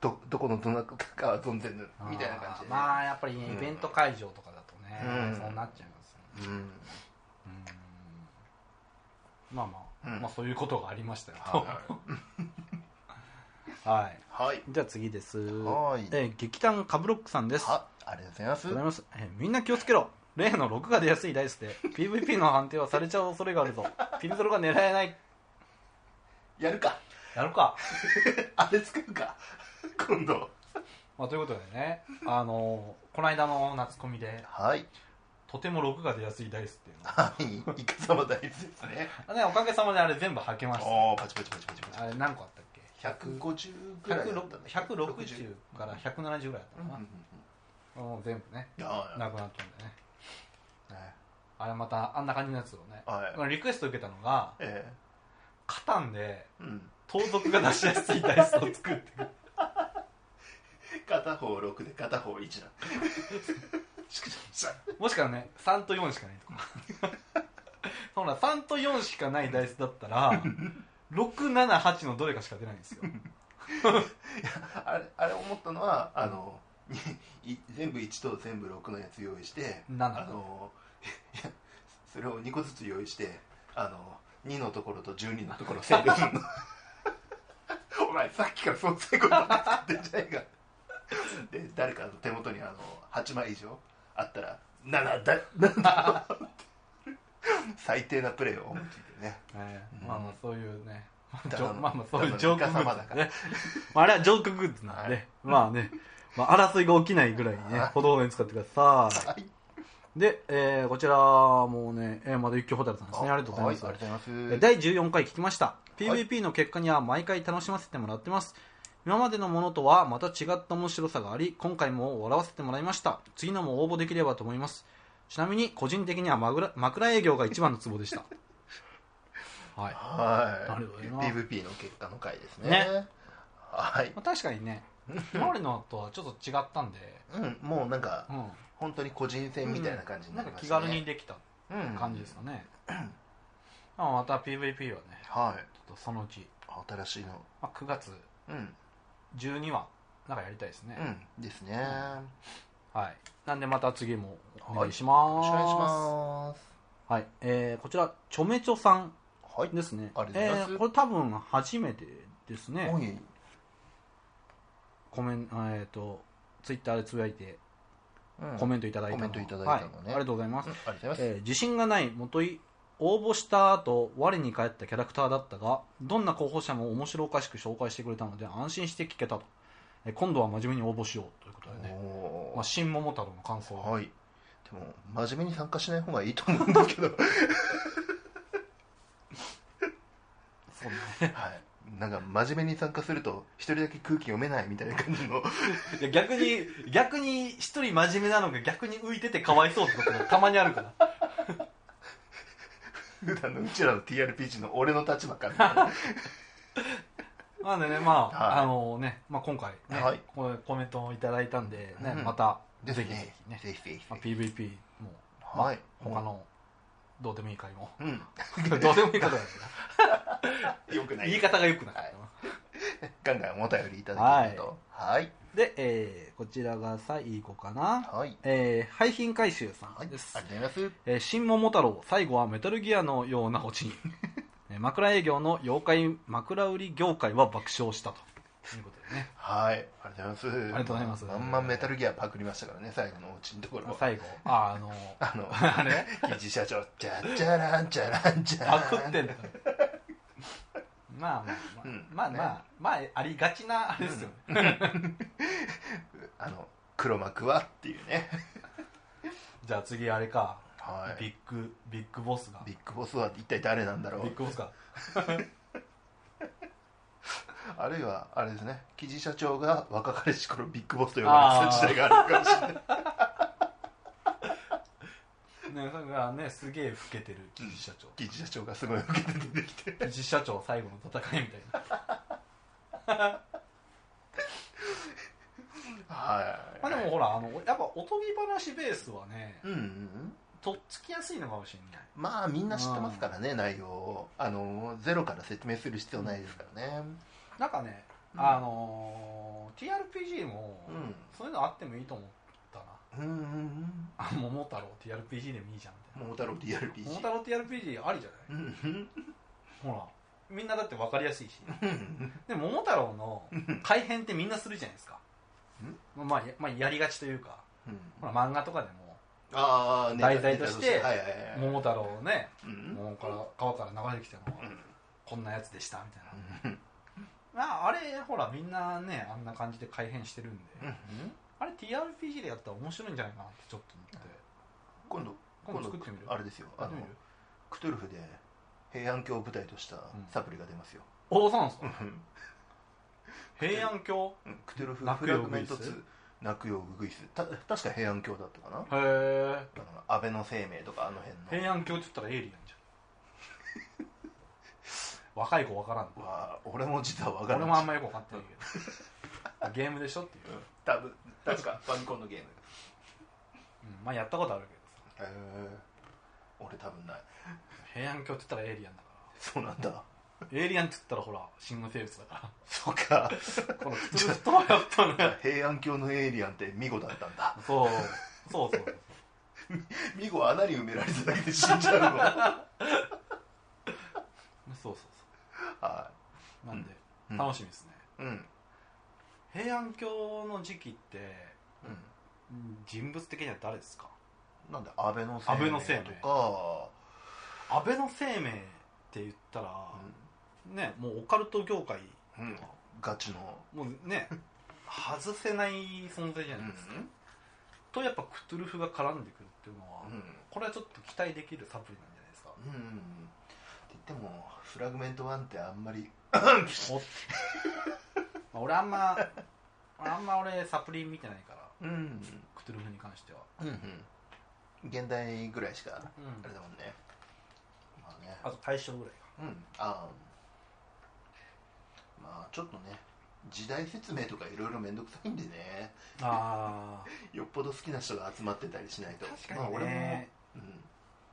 B: どどこのどなたかは存ぜぬ
A: あー
B: みたいな感じで、
A: まあやっぱり
B: うん
A: イベント会場とかだとね、
B: うん
A: そうなっちゃいますよね
B: うん
A: うんまあまあ、
B: うん
A: まあそういうことがありましたよ
B: はい
A: はい
B: はい
A: じゃあ次です
B: はい
A: えー劇団カブロックさんですあ
B: はありがとうございます
A: りがとうございます、えーみんな気をつけろ例の6が出やすいダイスで PVP の判定はされちゃう恐れがあるぞピンゾロが狙えない
B: やるか
A: やるか、
B: あれ作るか 今度
A: まあ、ということでねあのーこの間の夏コミで
B: はい
A: とても6が出やすいダイスっていうの
B: はいイカ様大事ですね
A: あねおかげさまであれ全部はけまし
B: おおパチパチパチパチパチ
A: たあれ何個あったっけ
B: 150ぐらいだったんだ
A: 160から170ぐらいだった
B: う
A: か
B: んうん
A: な、もう全部ね
B: うんあー
A: なくなったんでね
B: ね
A: あれまたあんな感じのやつをね、
B: はい
A: リクエスト受けたのが
B: え
A: カタンで
B: えうん
A: 盗賊が出しやすいダイスを作ってくる
B: 片方6で片方1だ しくじゃくしゃ
A: もしくはね3と4しかないとか ほら3と4しかないダイスだったら678のどれかしか出ないんですよ
B: あれあれ思ったのはあのにい全部1と全部6のやつ用意して
A: 7
B: あの いやそれを2個ずつ用意してあの2のところと12のところセールす るのお前さっきからそんなこと作ってんじゃねえかで誰かの手元にあの8枚以上あったら7だ7だ最低なプレーを思いついてね
A: ね
B: うん
A: まあまあそういうねジ
B: だ
A: ョ
B: から
A: まあまあそういうジョークグ
B: だからイカ様だ
A: ッズ
B: から
A: ね、 まあ、あれはジョークグッズなんで、
B: はい
A: まあね、まあ、争いが起きないぐらいね
B: はい
A: ほどほどに使ってください
B: はい
A: で、えーこちらもね、えー、まだ一級ホタルさんですねありがとうございます、
B: はありがとうござい
A: え
B: ま
A: ー
B: す
A: 第14回聞きました
B: い
A: PVP の結果には毎回楽しませてもらってます今までのものとはまた違った面白さがあり今回も笑わせてもらいました次のも応募できればと思いますちなみに個人的には枕枕営業が一番のツボでした はい、ま
B: はい。
A: なるほどな
B: PVP の結果の回ですね。
A: ね
B: はい。
A: あ、確かにね今までのとはちょっと違ったんで、
B: うん、もうなんか
A: う、ん
B: 本当に個人戦みたいな感じに
A: な
B: なんり
A: か
B: ま
A: 気
B: したね。
A: 軽にできた
B: うん
A: 感じですか ね、まあまた PVP はね
B: はい。
A: ちょっとそのうち、
B: 新しいの。
A: まあ、9月
B: うん。
A: 12話なんかやりたいですね、
B: うん。ですね。
A: はい、なんでまた次もお願いします、
B: よろしくお願いし
A: す
B: ます。
A: はい、えー、こちらちょめちょさん
B: はい。
A: ですね
B: ありがとうございます
A: えーこれ多分初めてですね
B: おい。
A: コメント、えっ、と、ツイッターでつぶやいて、
B: うん
A: コメントいただいたの、
B: コメントいただいたのね
A: はいありがとうございます。
B: ありがとうござい
A: えー自信がない元井応募した後我に返ったキャラクターだったがどんな候補者も面白おかしく紹介してくれたので安心して聞けたと、えー今度は真面目に応募しようということ
B: ます
A: でね、
B: おー
A: まあ、新桃太郎の感想を、
B: はいでも真面目に参加しない方がいいと思うんです けど
A: そうね
B: はいなんか真面目に参加すると一人だけ空気読めないみたいな感じの
A: いや逆に逆に一人真面目なのが逆に浮いててかわいそうってことがたまにあるから
B: 普段のうちらの TRPG の俺の立 場から、
A: なんでねまあ、
B: はい
A: あのね、まあ、今回ね、
B: はい
A: こうコメントもいただいたんで、ね
B: うん
A: またぜ
B: です
A: ひぜ
B: ね
A: ひね、
B: ぜひぜひ
A: まあ、PVP も、
B: はい
A: まあ他のどうでもいい回も
B: うん
A: どうでもいいことだよね
B: よくない
A: 言い方が良くない、
B: はいガンガンお便りいただけるとはい
A: で、えーこちらが最後かな、
B: はい
A: えー、廃品回収さ
B: はいあ
A: ん
B: りが
A: で
B: と
A: す、
B: うございます
A: えー新桃太郎最後はメタルギアのようなオ チにえー枕営業の妖怪枕売り業界は爆笑したということでね
B: はいありがとうございますあり
A: がとうございます
B: あんまメタルギアパクりましたからね最後のうちのところは
A: 最後ああの
B: あ の
A: あれ
B: 一社長チャチャランチャランチャラ
A: パ
B: ン
A: クって んだまあまあまあ、
B: うん
A: まあ
B: ね
A: まあ、まあ、ありがちなあれですよね、
B: あの黒幕はっていうね
A: じゃあ次あれか、
B: はい
A: ビッグビッグボスが
B: ビッグボスは一体誰なんだろ
A: ビッ
B: う
A: グボスが
B: あるいはあれですね記事社長が若かりし頃ビッグボスと呼ばれてた時代があるかもしれない
A: ね、それがね、すげえ老けてる、記事社長。
B: 記事社長がすごい受けて出てきて
A: 記事社長最後の戦いみたいな。
B: はい
A: まあでもほら、あの、やっぱおとぎ話ベースはね、
B: うんうん
A: とっつきやすいのかもしれない。
B: まあみんな知ってますからね、内容をあのゼロから説明する必要ないですからね
A: なんかね、
B: うん
A: あのー TRPG も、
B: うん
A: そういうのあってもいいと思ったな。
B: うんうんうん
A: あ、桃太郎 TRPG でもいいじゃん、み
B: 桃太郎
A: たい
B: DRPG
A: な。桃太郎 TRPG ありじゃな
B: うんうん
A: いほら、みんなだって分かりやすいし。
B: うん
A: で、桃太郎の改編ってみんなするじゃないですか。まあ、やまあ、やりがちというか、
B: うん
A: ほら、漫画とかでも、
B: ああ
A: 題材として
B: はいはいはい
A: 桃太郎をね、
B: うん
A: もうから川から流れてきたのは
B: うん
A: こんなやつでしたみたいな、まあ、あれほらみんなねあんな感じで改変してるんで、
B: うん
A: あれ TRPG でやったら面白いんじゃないかなってちょっと思って
B: 今度
A: 今度作ってみる
B: あれですよあ
A: や
B: の
A: ってみる
B: クトゥルフで平安京を舞台としたサプリが出ますよ、
A: おおそうなんですか平安京
B: うんクトゥルフ
A: 泣
B: フ
A: くよ
B: ラグメント
A: ウグイス
B: 2泣くようグイスた確か平安京だったかな
A: へえ
B: あの安倍の生命とかあの辺の
A: 平安京って言ったらエイリアンじゃん 若い子分からん
B: は俺も実は分から
A: 俺
B: ない
A: もあんまよく分かってないけどゲームでしょっていう、
B: 多分確かファミコンのゲーム
A: うんまあやったことあるけどさ
B: へえ俺多分ない
A: 平安京って言ったらエイリアンだか
B: そうなんだ
A: らエイリアンって言ったらほら神武生物だか
B: そうか
A: らこの普通とはやったね
B: 平安京のエイリアンってミゴだったんだ
A: そうそうそう
B: ミゴ穴に埋められただけで死んじゃ うのは
A: そうそうそ
B: いう
A: なんで、
B: うん
A: 楽しみですね
B: うんうん
A: 平安京の時期ってうん人物的には誰ですか
B: なんで安倍の
A: 安倍の生
B: 生
A: 命
B: 命とか
A: 安倍の生命って言ったら、ねもうオカルト業界
B: うん、うんガチの
A: もうね外せない存在じゃ
B: う
A: ない
B: ん
A: ですか、とやっぱクトゥルフが絡んでくるっていうのは、これはちょっと期待できるサプリなんじゃないですか
B: うんうんうんって言ってもフラグメント1ってあんまり
A: お まあ俺あんま俺あんま俺サプリ見てないから
B: うんうん
A: クトゥルフに関しては、
B: うん現代ぐらいしか
A: うん
B: あれだもんねまあね
A: あと大正ぐらいか
B: うんあーまあちょっとね時代説明とかいろいろ面倒くさいんでね
A: あ
B: よっぽど好きな人が集まってたりしないと
A: 確かにね
B: まあ、俺も、う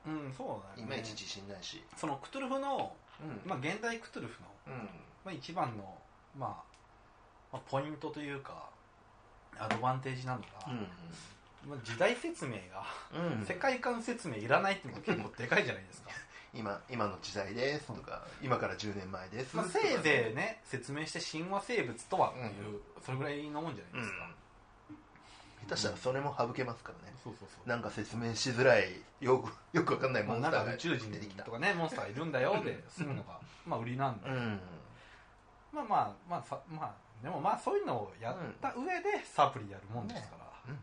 A: うんそうだ
B: ん、
A: ね
B: いまいち自信ないし、
A: そのクトゥルフの、
B: うん
A: まあ、現代クトゥルフの、
B: うん
A: まあ、一番の、まあ、まあポイントというかアドバンテージなのが、まあ、時代説明が、
B: うん
A: 世界観説明いらないっていうのが結構でかいじゃないですか
B: 今今の時代ですとか、今から10年前ですと
A: ま
B: か、
A: あ、せいぜいね説明して神話生物とはっていう、
B: う
A: それぐらいのもんじゃないですか、
B: 下手したらそれも省けますからね、
A: そうそうそう
B: なんか説明しづらいよくよくわかんない
A: ま
B: モ
A: あ、
B: ン
A: なん
B: スタ
A: か
B: ーが
A: 宇宙人
B: 出てきた
A: とかねモンスターいるんだよで済むのが、まあ、売りなんで、
B: うん
A: まあまあまあさまあでもまあそういうのをやった上でサプリやるもんですから、
B: ね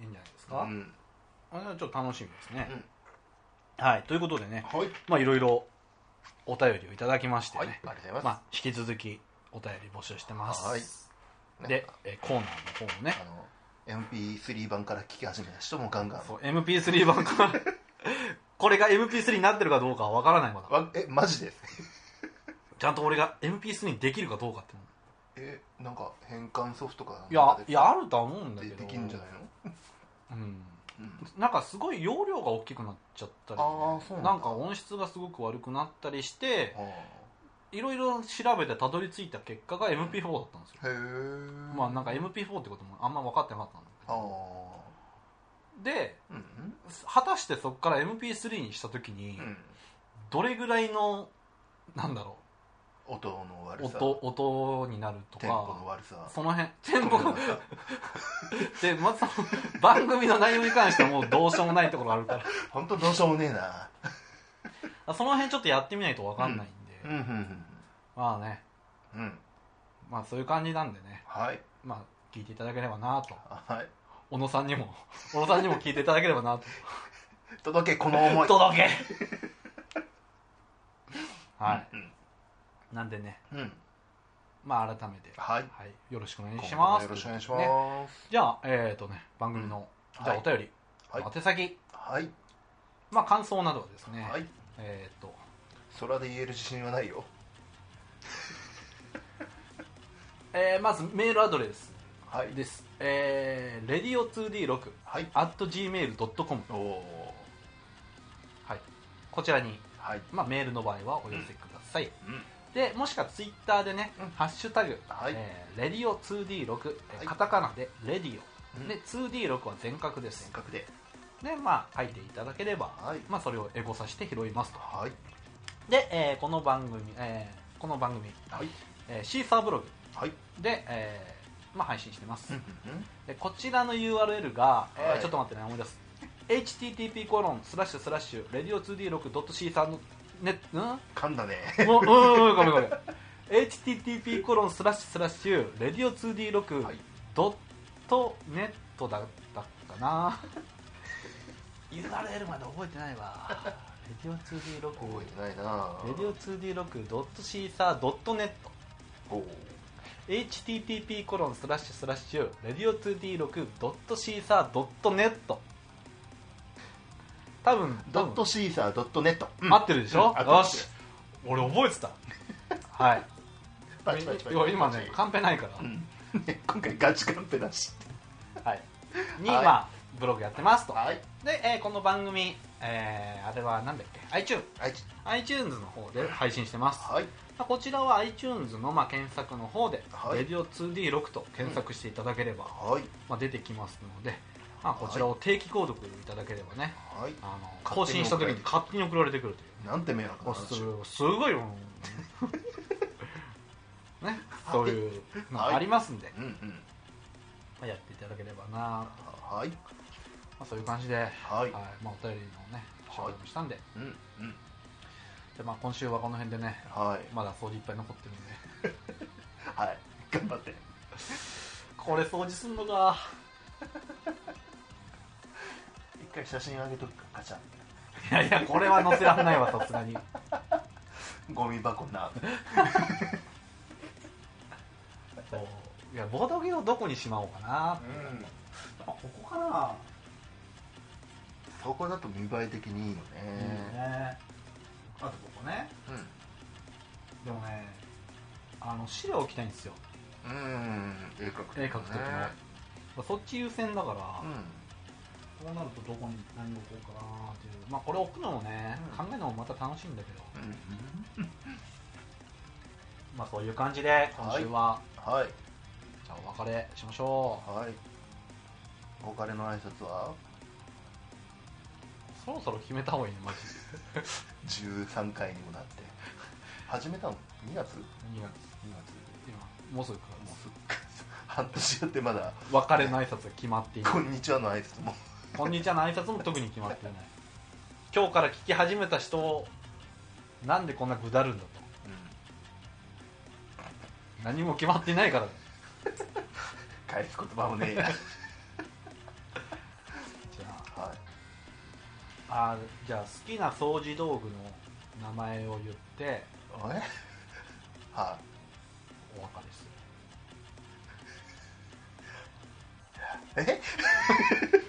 A: いいんじゃないですか、
B: うん
A: あれはちょっと楽しみですね、はいということでね
B: はい
A: まあいろいろお便りをいただきまして
B: はいあ
A: ね、
B: りがとうございます、
A: まあ、引き続きお便り募集してます、
B: はいね
A: で、えーコーナーの方もね
B: あの MP3 版から聞き始めた人もガンガン
A: そう MP3 版からこれが MP3 になってるかどうかはわからないまだ
B: わえマジで
A: ちゃんと俺が MP3 にできるかどうかっても
B: えなんか変換ソフトか
A: い
B: なん
A: や
B: かで
A: いやあるとは思うんだけ
B: で
A: ど
B: できんじゃないの、
A: うん
B: うん
A: なんかすごい容量が大きくなっちゃったりね、
B: あーそうなんだ
A: なんか音質がすごく悪くなったりして
B: あ
A: いろいろ調べてたどり着いた結果が MP4 だったんですよ、
B: ーへえ
A: まあなんか MP4 ってこともあんま分かってなかったんだけ
B: ああ
A: どで
B: うん
A: 果たしてそこから MP3 にした時に、
B: うん
A: どれぐらいのなんだろ
B: 音の
A: う
B: 悪さ
A: 音音になると
B: テンポの
A: か
B: 悪さ
A: その辺テンポがで、まあ、その 番組の内容に関してはもうどうしようもないところがあるから
B: 本当どうしようもねえな
A: あその辺ちょっとやってみないと分かんないんで、
B: うんうん
A: まあね
B: うんうん
A: まあそういう感じなんでね
B: はい
A: まあ聞いていただければなと
B: はい
A: 小野さんにも 小野さんにも聞いていただければなと
B: 届けこの思い
A: 届 けはい、
B: うん
A: なんでね
B: うん
A: まあ改めて、
B: はい
A: はい、よろしくお願いします
B: よろしくお願いし
A: ね
B: ます
A: じゃあえっ、とね番組の、
B: うん
A: じゃあ
B: はい
A: お便り、
B: はい
A: 宛先
B: はい
A: まあ感想などはですね、
B: はい
A: えっ、と
B: 空で言える自信はないよ
A: えーまずメールアドレス
B: はい
A: です、えー、radio2d6
B: はい。
A: at gmail.com、
B: おお。
A: はい、こちらに、
B: はい。
A: まあ、メールの場合はお寄せください、
B: うん。
A: でもしくはツイッターでね、
B: うん
A: ハッシュタグ、
B: はい
A: えーレディオ 2D6、えー
B: はい
A: カタカナでレディオ、
B: うん
A: で 2D6 は全角です
B: 遠隔で。
A: でまあ書いていただければ、
B: はい
A: まあ、それをエゴさして拾いますと
B: はい。
A: で、えーこの番組、えーこの番組、
B: はい。
A: えーシーサーブログ
B: はい。
A: で、えーまあ、配信してます、
B: うん。
A: でこちらの URL が、えー
B: はい
A: ちょっと待ってね思い出す http コロンスラッシュスラッシュレディオ 2D6.c さんのねうん
B: 噛んだね。
A: もう、うん、うん、ごめんごめん。http コロンスラッシュスラッシュ、レディオ 2D6、
B: はい
A: ドットネットだったかな。URL まで覚えてないわ。レディオ 2D6
B: 覚えてないな。
A: レディオ 2D6 ドットシーサードットネット。
B: おお。
A: http コロンスラッシュスラッシュ、レディオ 2D6 ドットシーサードットネット。多分、
B: ド
A: 多
B: ッ
A: 分
B: トシーサードットネット。
A: 合ってるでしょ、
B: うん
A: よし。俺覚えてた。はい。
B: パチパチパチ
A: いや今ねカンペないから、
B: うん。ね今回ガチカンペだし。
A: はいに、
B: はい
A: まあブログやってますと、
B: はい。
A: で、えーこの番組、えーあれはなんだっけ iTunes
B: はい。
A: iTunes の方で配信してます、
B: はい。
A: まあこちらは iTunes の、まあ、検索の方で「
B: はい
A: レディオ 2D6」と検索していただければ、
B: はい。
A: まあ、出てきますので、まあ、こちらを定期購読いただければね、
B: はい。
A: あの
B: 勝手に
A: 更新した時に勝手に送られてくるという
B: なんて迷惑
A: も
B: な
A: うす
B: 話。
A: ごいすごいよ ねそういうのがありますんで、
B: うんうん。
A: まあやっていただければなと、
B: はい。
A: まあ、そういう感じで、はい
B: はい。
A: まあ、お便りのね紹介もしたんで,、
B: うんうん。
A: でまあ、今週はこの辺でね
B: はい。
A: まだ掃除いっぱい残ってるんで
B: はい。頑張って。
A: これ掃除すんのか
B: 一回写真あげとくか、ガチャン。
A: いやいやこれは載せられないわさすがに
B: ゴミ箱な。
A: そういやボードゲームをどこにしまおうかな
B: うん。
A: ここかな、
B: そこだと見栄え的にいいよ
A: え
B: ね。
A: ねあとここね
B: うん。
A: でもねあの資料置きたいんですよ
B: うーん絵描く時
A: 絵描く時の、
B: ね
A: そっち優先だから、
B: うん
A: こうなるとどこに何を置こうかなっていうまあこれ置くのもね、
B: うん
A: 考えるのもまた楽しいんだけど、
B: うん
A: まあそういう感じで今週は、
B: はい
A: じゃあお別れしましょう
B: はいお別れの挨拶は
A: そろそろ決めた方がいいねマジ
B: 13回にもなって始めたの2月
A: で2月
B: 2月
A: 今もうすぐ来る
B: もうすっかり半年やってまだ
A: 別れの挨拶が決まって
B: 「
A: い ない
B: こんにちは」の挨拶も
A: こんにちはの挨拶も特に決まっていない今日から聞き始めた人をなんでこんなぐだるんだと何も決まっていないからだ
B: 返す言葉もねえや
A: じゃ
B: はい
A: ああーじゃあ好きな掃除道具の名前を言って
B: あれは
A: お別れする
B: いえ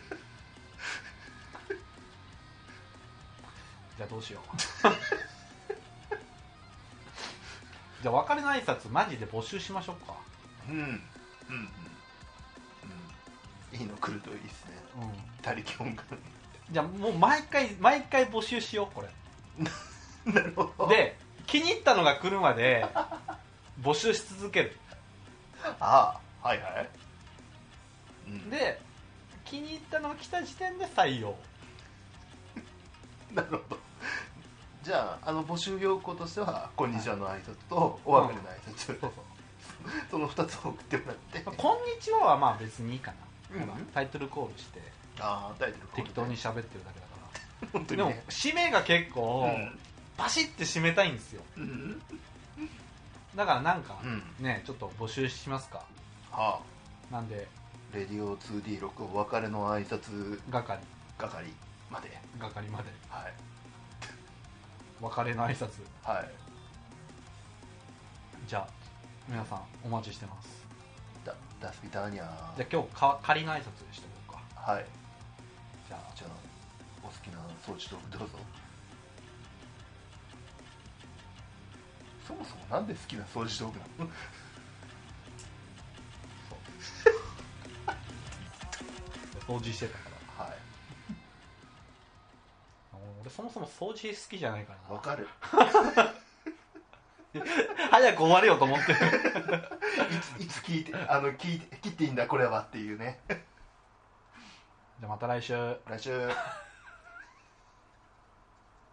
A: じゃあどうしよう じゃあ別れの挨拶マジで募集しましょうか
B: うんうんうんうんいいの来るといいですね
A: うん
B: 他力本願
A: じゃあもう毎回毎回募集しようこれ
B: なるほど
A: で気に入ったのが来るまで募集し続ける
B: ああはいはい、うん、
A: で気に入ったのが来た時点で採用
B: なるほどじゃああの募集要項としては「こんにちは」の挨拶とお別れの挨拶、
A: そう
B: その2つを送ってもらって、
A: まあこんにちははまあ別にいいかな、
B: うん
A: まあタイトルコールして
B: ああタイトル
A: 適当に喋ってるだけだか
B: 本
A: ら
B: 当に
A: でも
B: ね
A: 締めが結構パシって締めたいんですよ
B: うん、うん
A: だからなんか
B: うん
A: ねちょっと募集しますか
B: はあ
A: なんで
B: レディオ 2D6 お別れの挨拶
A: 係
B: 係まで
A: 係まで
B: はい
A: 別れの挨拶
B: はい
A: じゃあ皆さんお待ちしてます
B: だダスピターニャー
A: じゃあ今日か仮の挨拶でしとこうか
B: はい
A: じゃあ
B: じゃあお好きな装置道具どうぞそもそもなんで好きな掃除道具なの
A: 掃除してたから
B: はい
A: 俺そもそも掃除好きじゃないから
B: わかる
A: な早く終われよと思って る
B: いついつ聞いてあの聞いて切っていいんだこれはっていうね
A: じゃあまた来週
B: 来週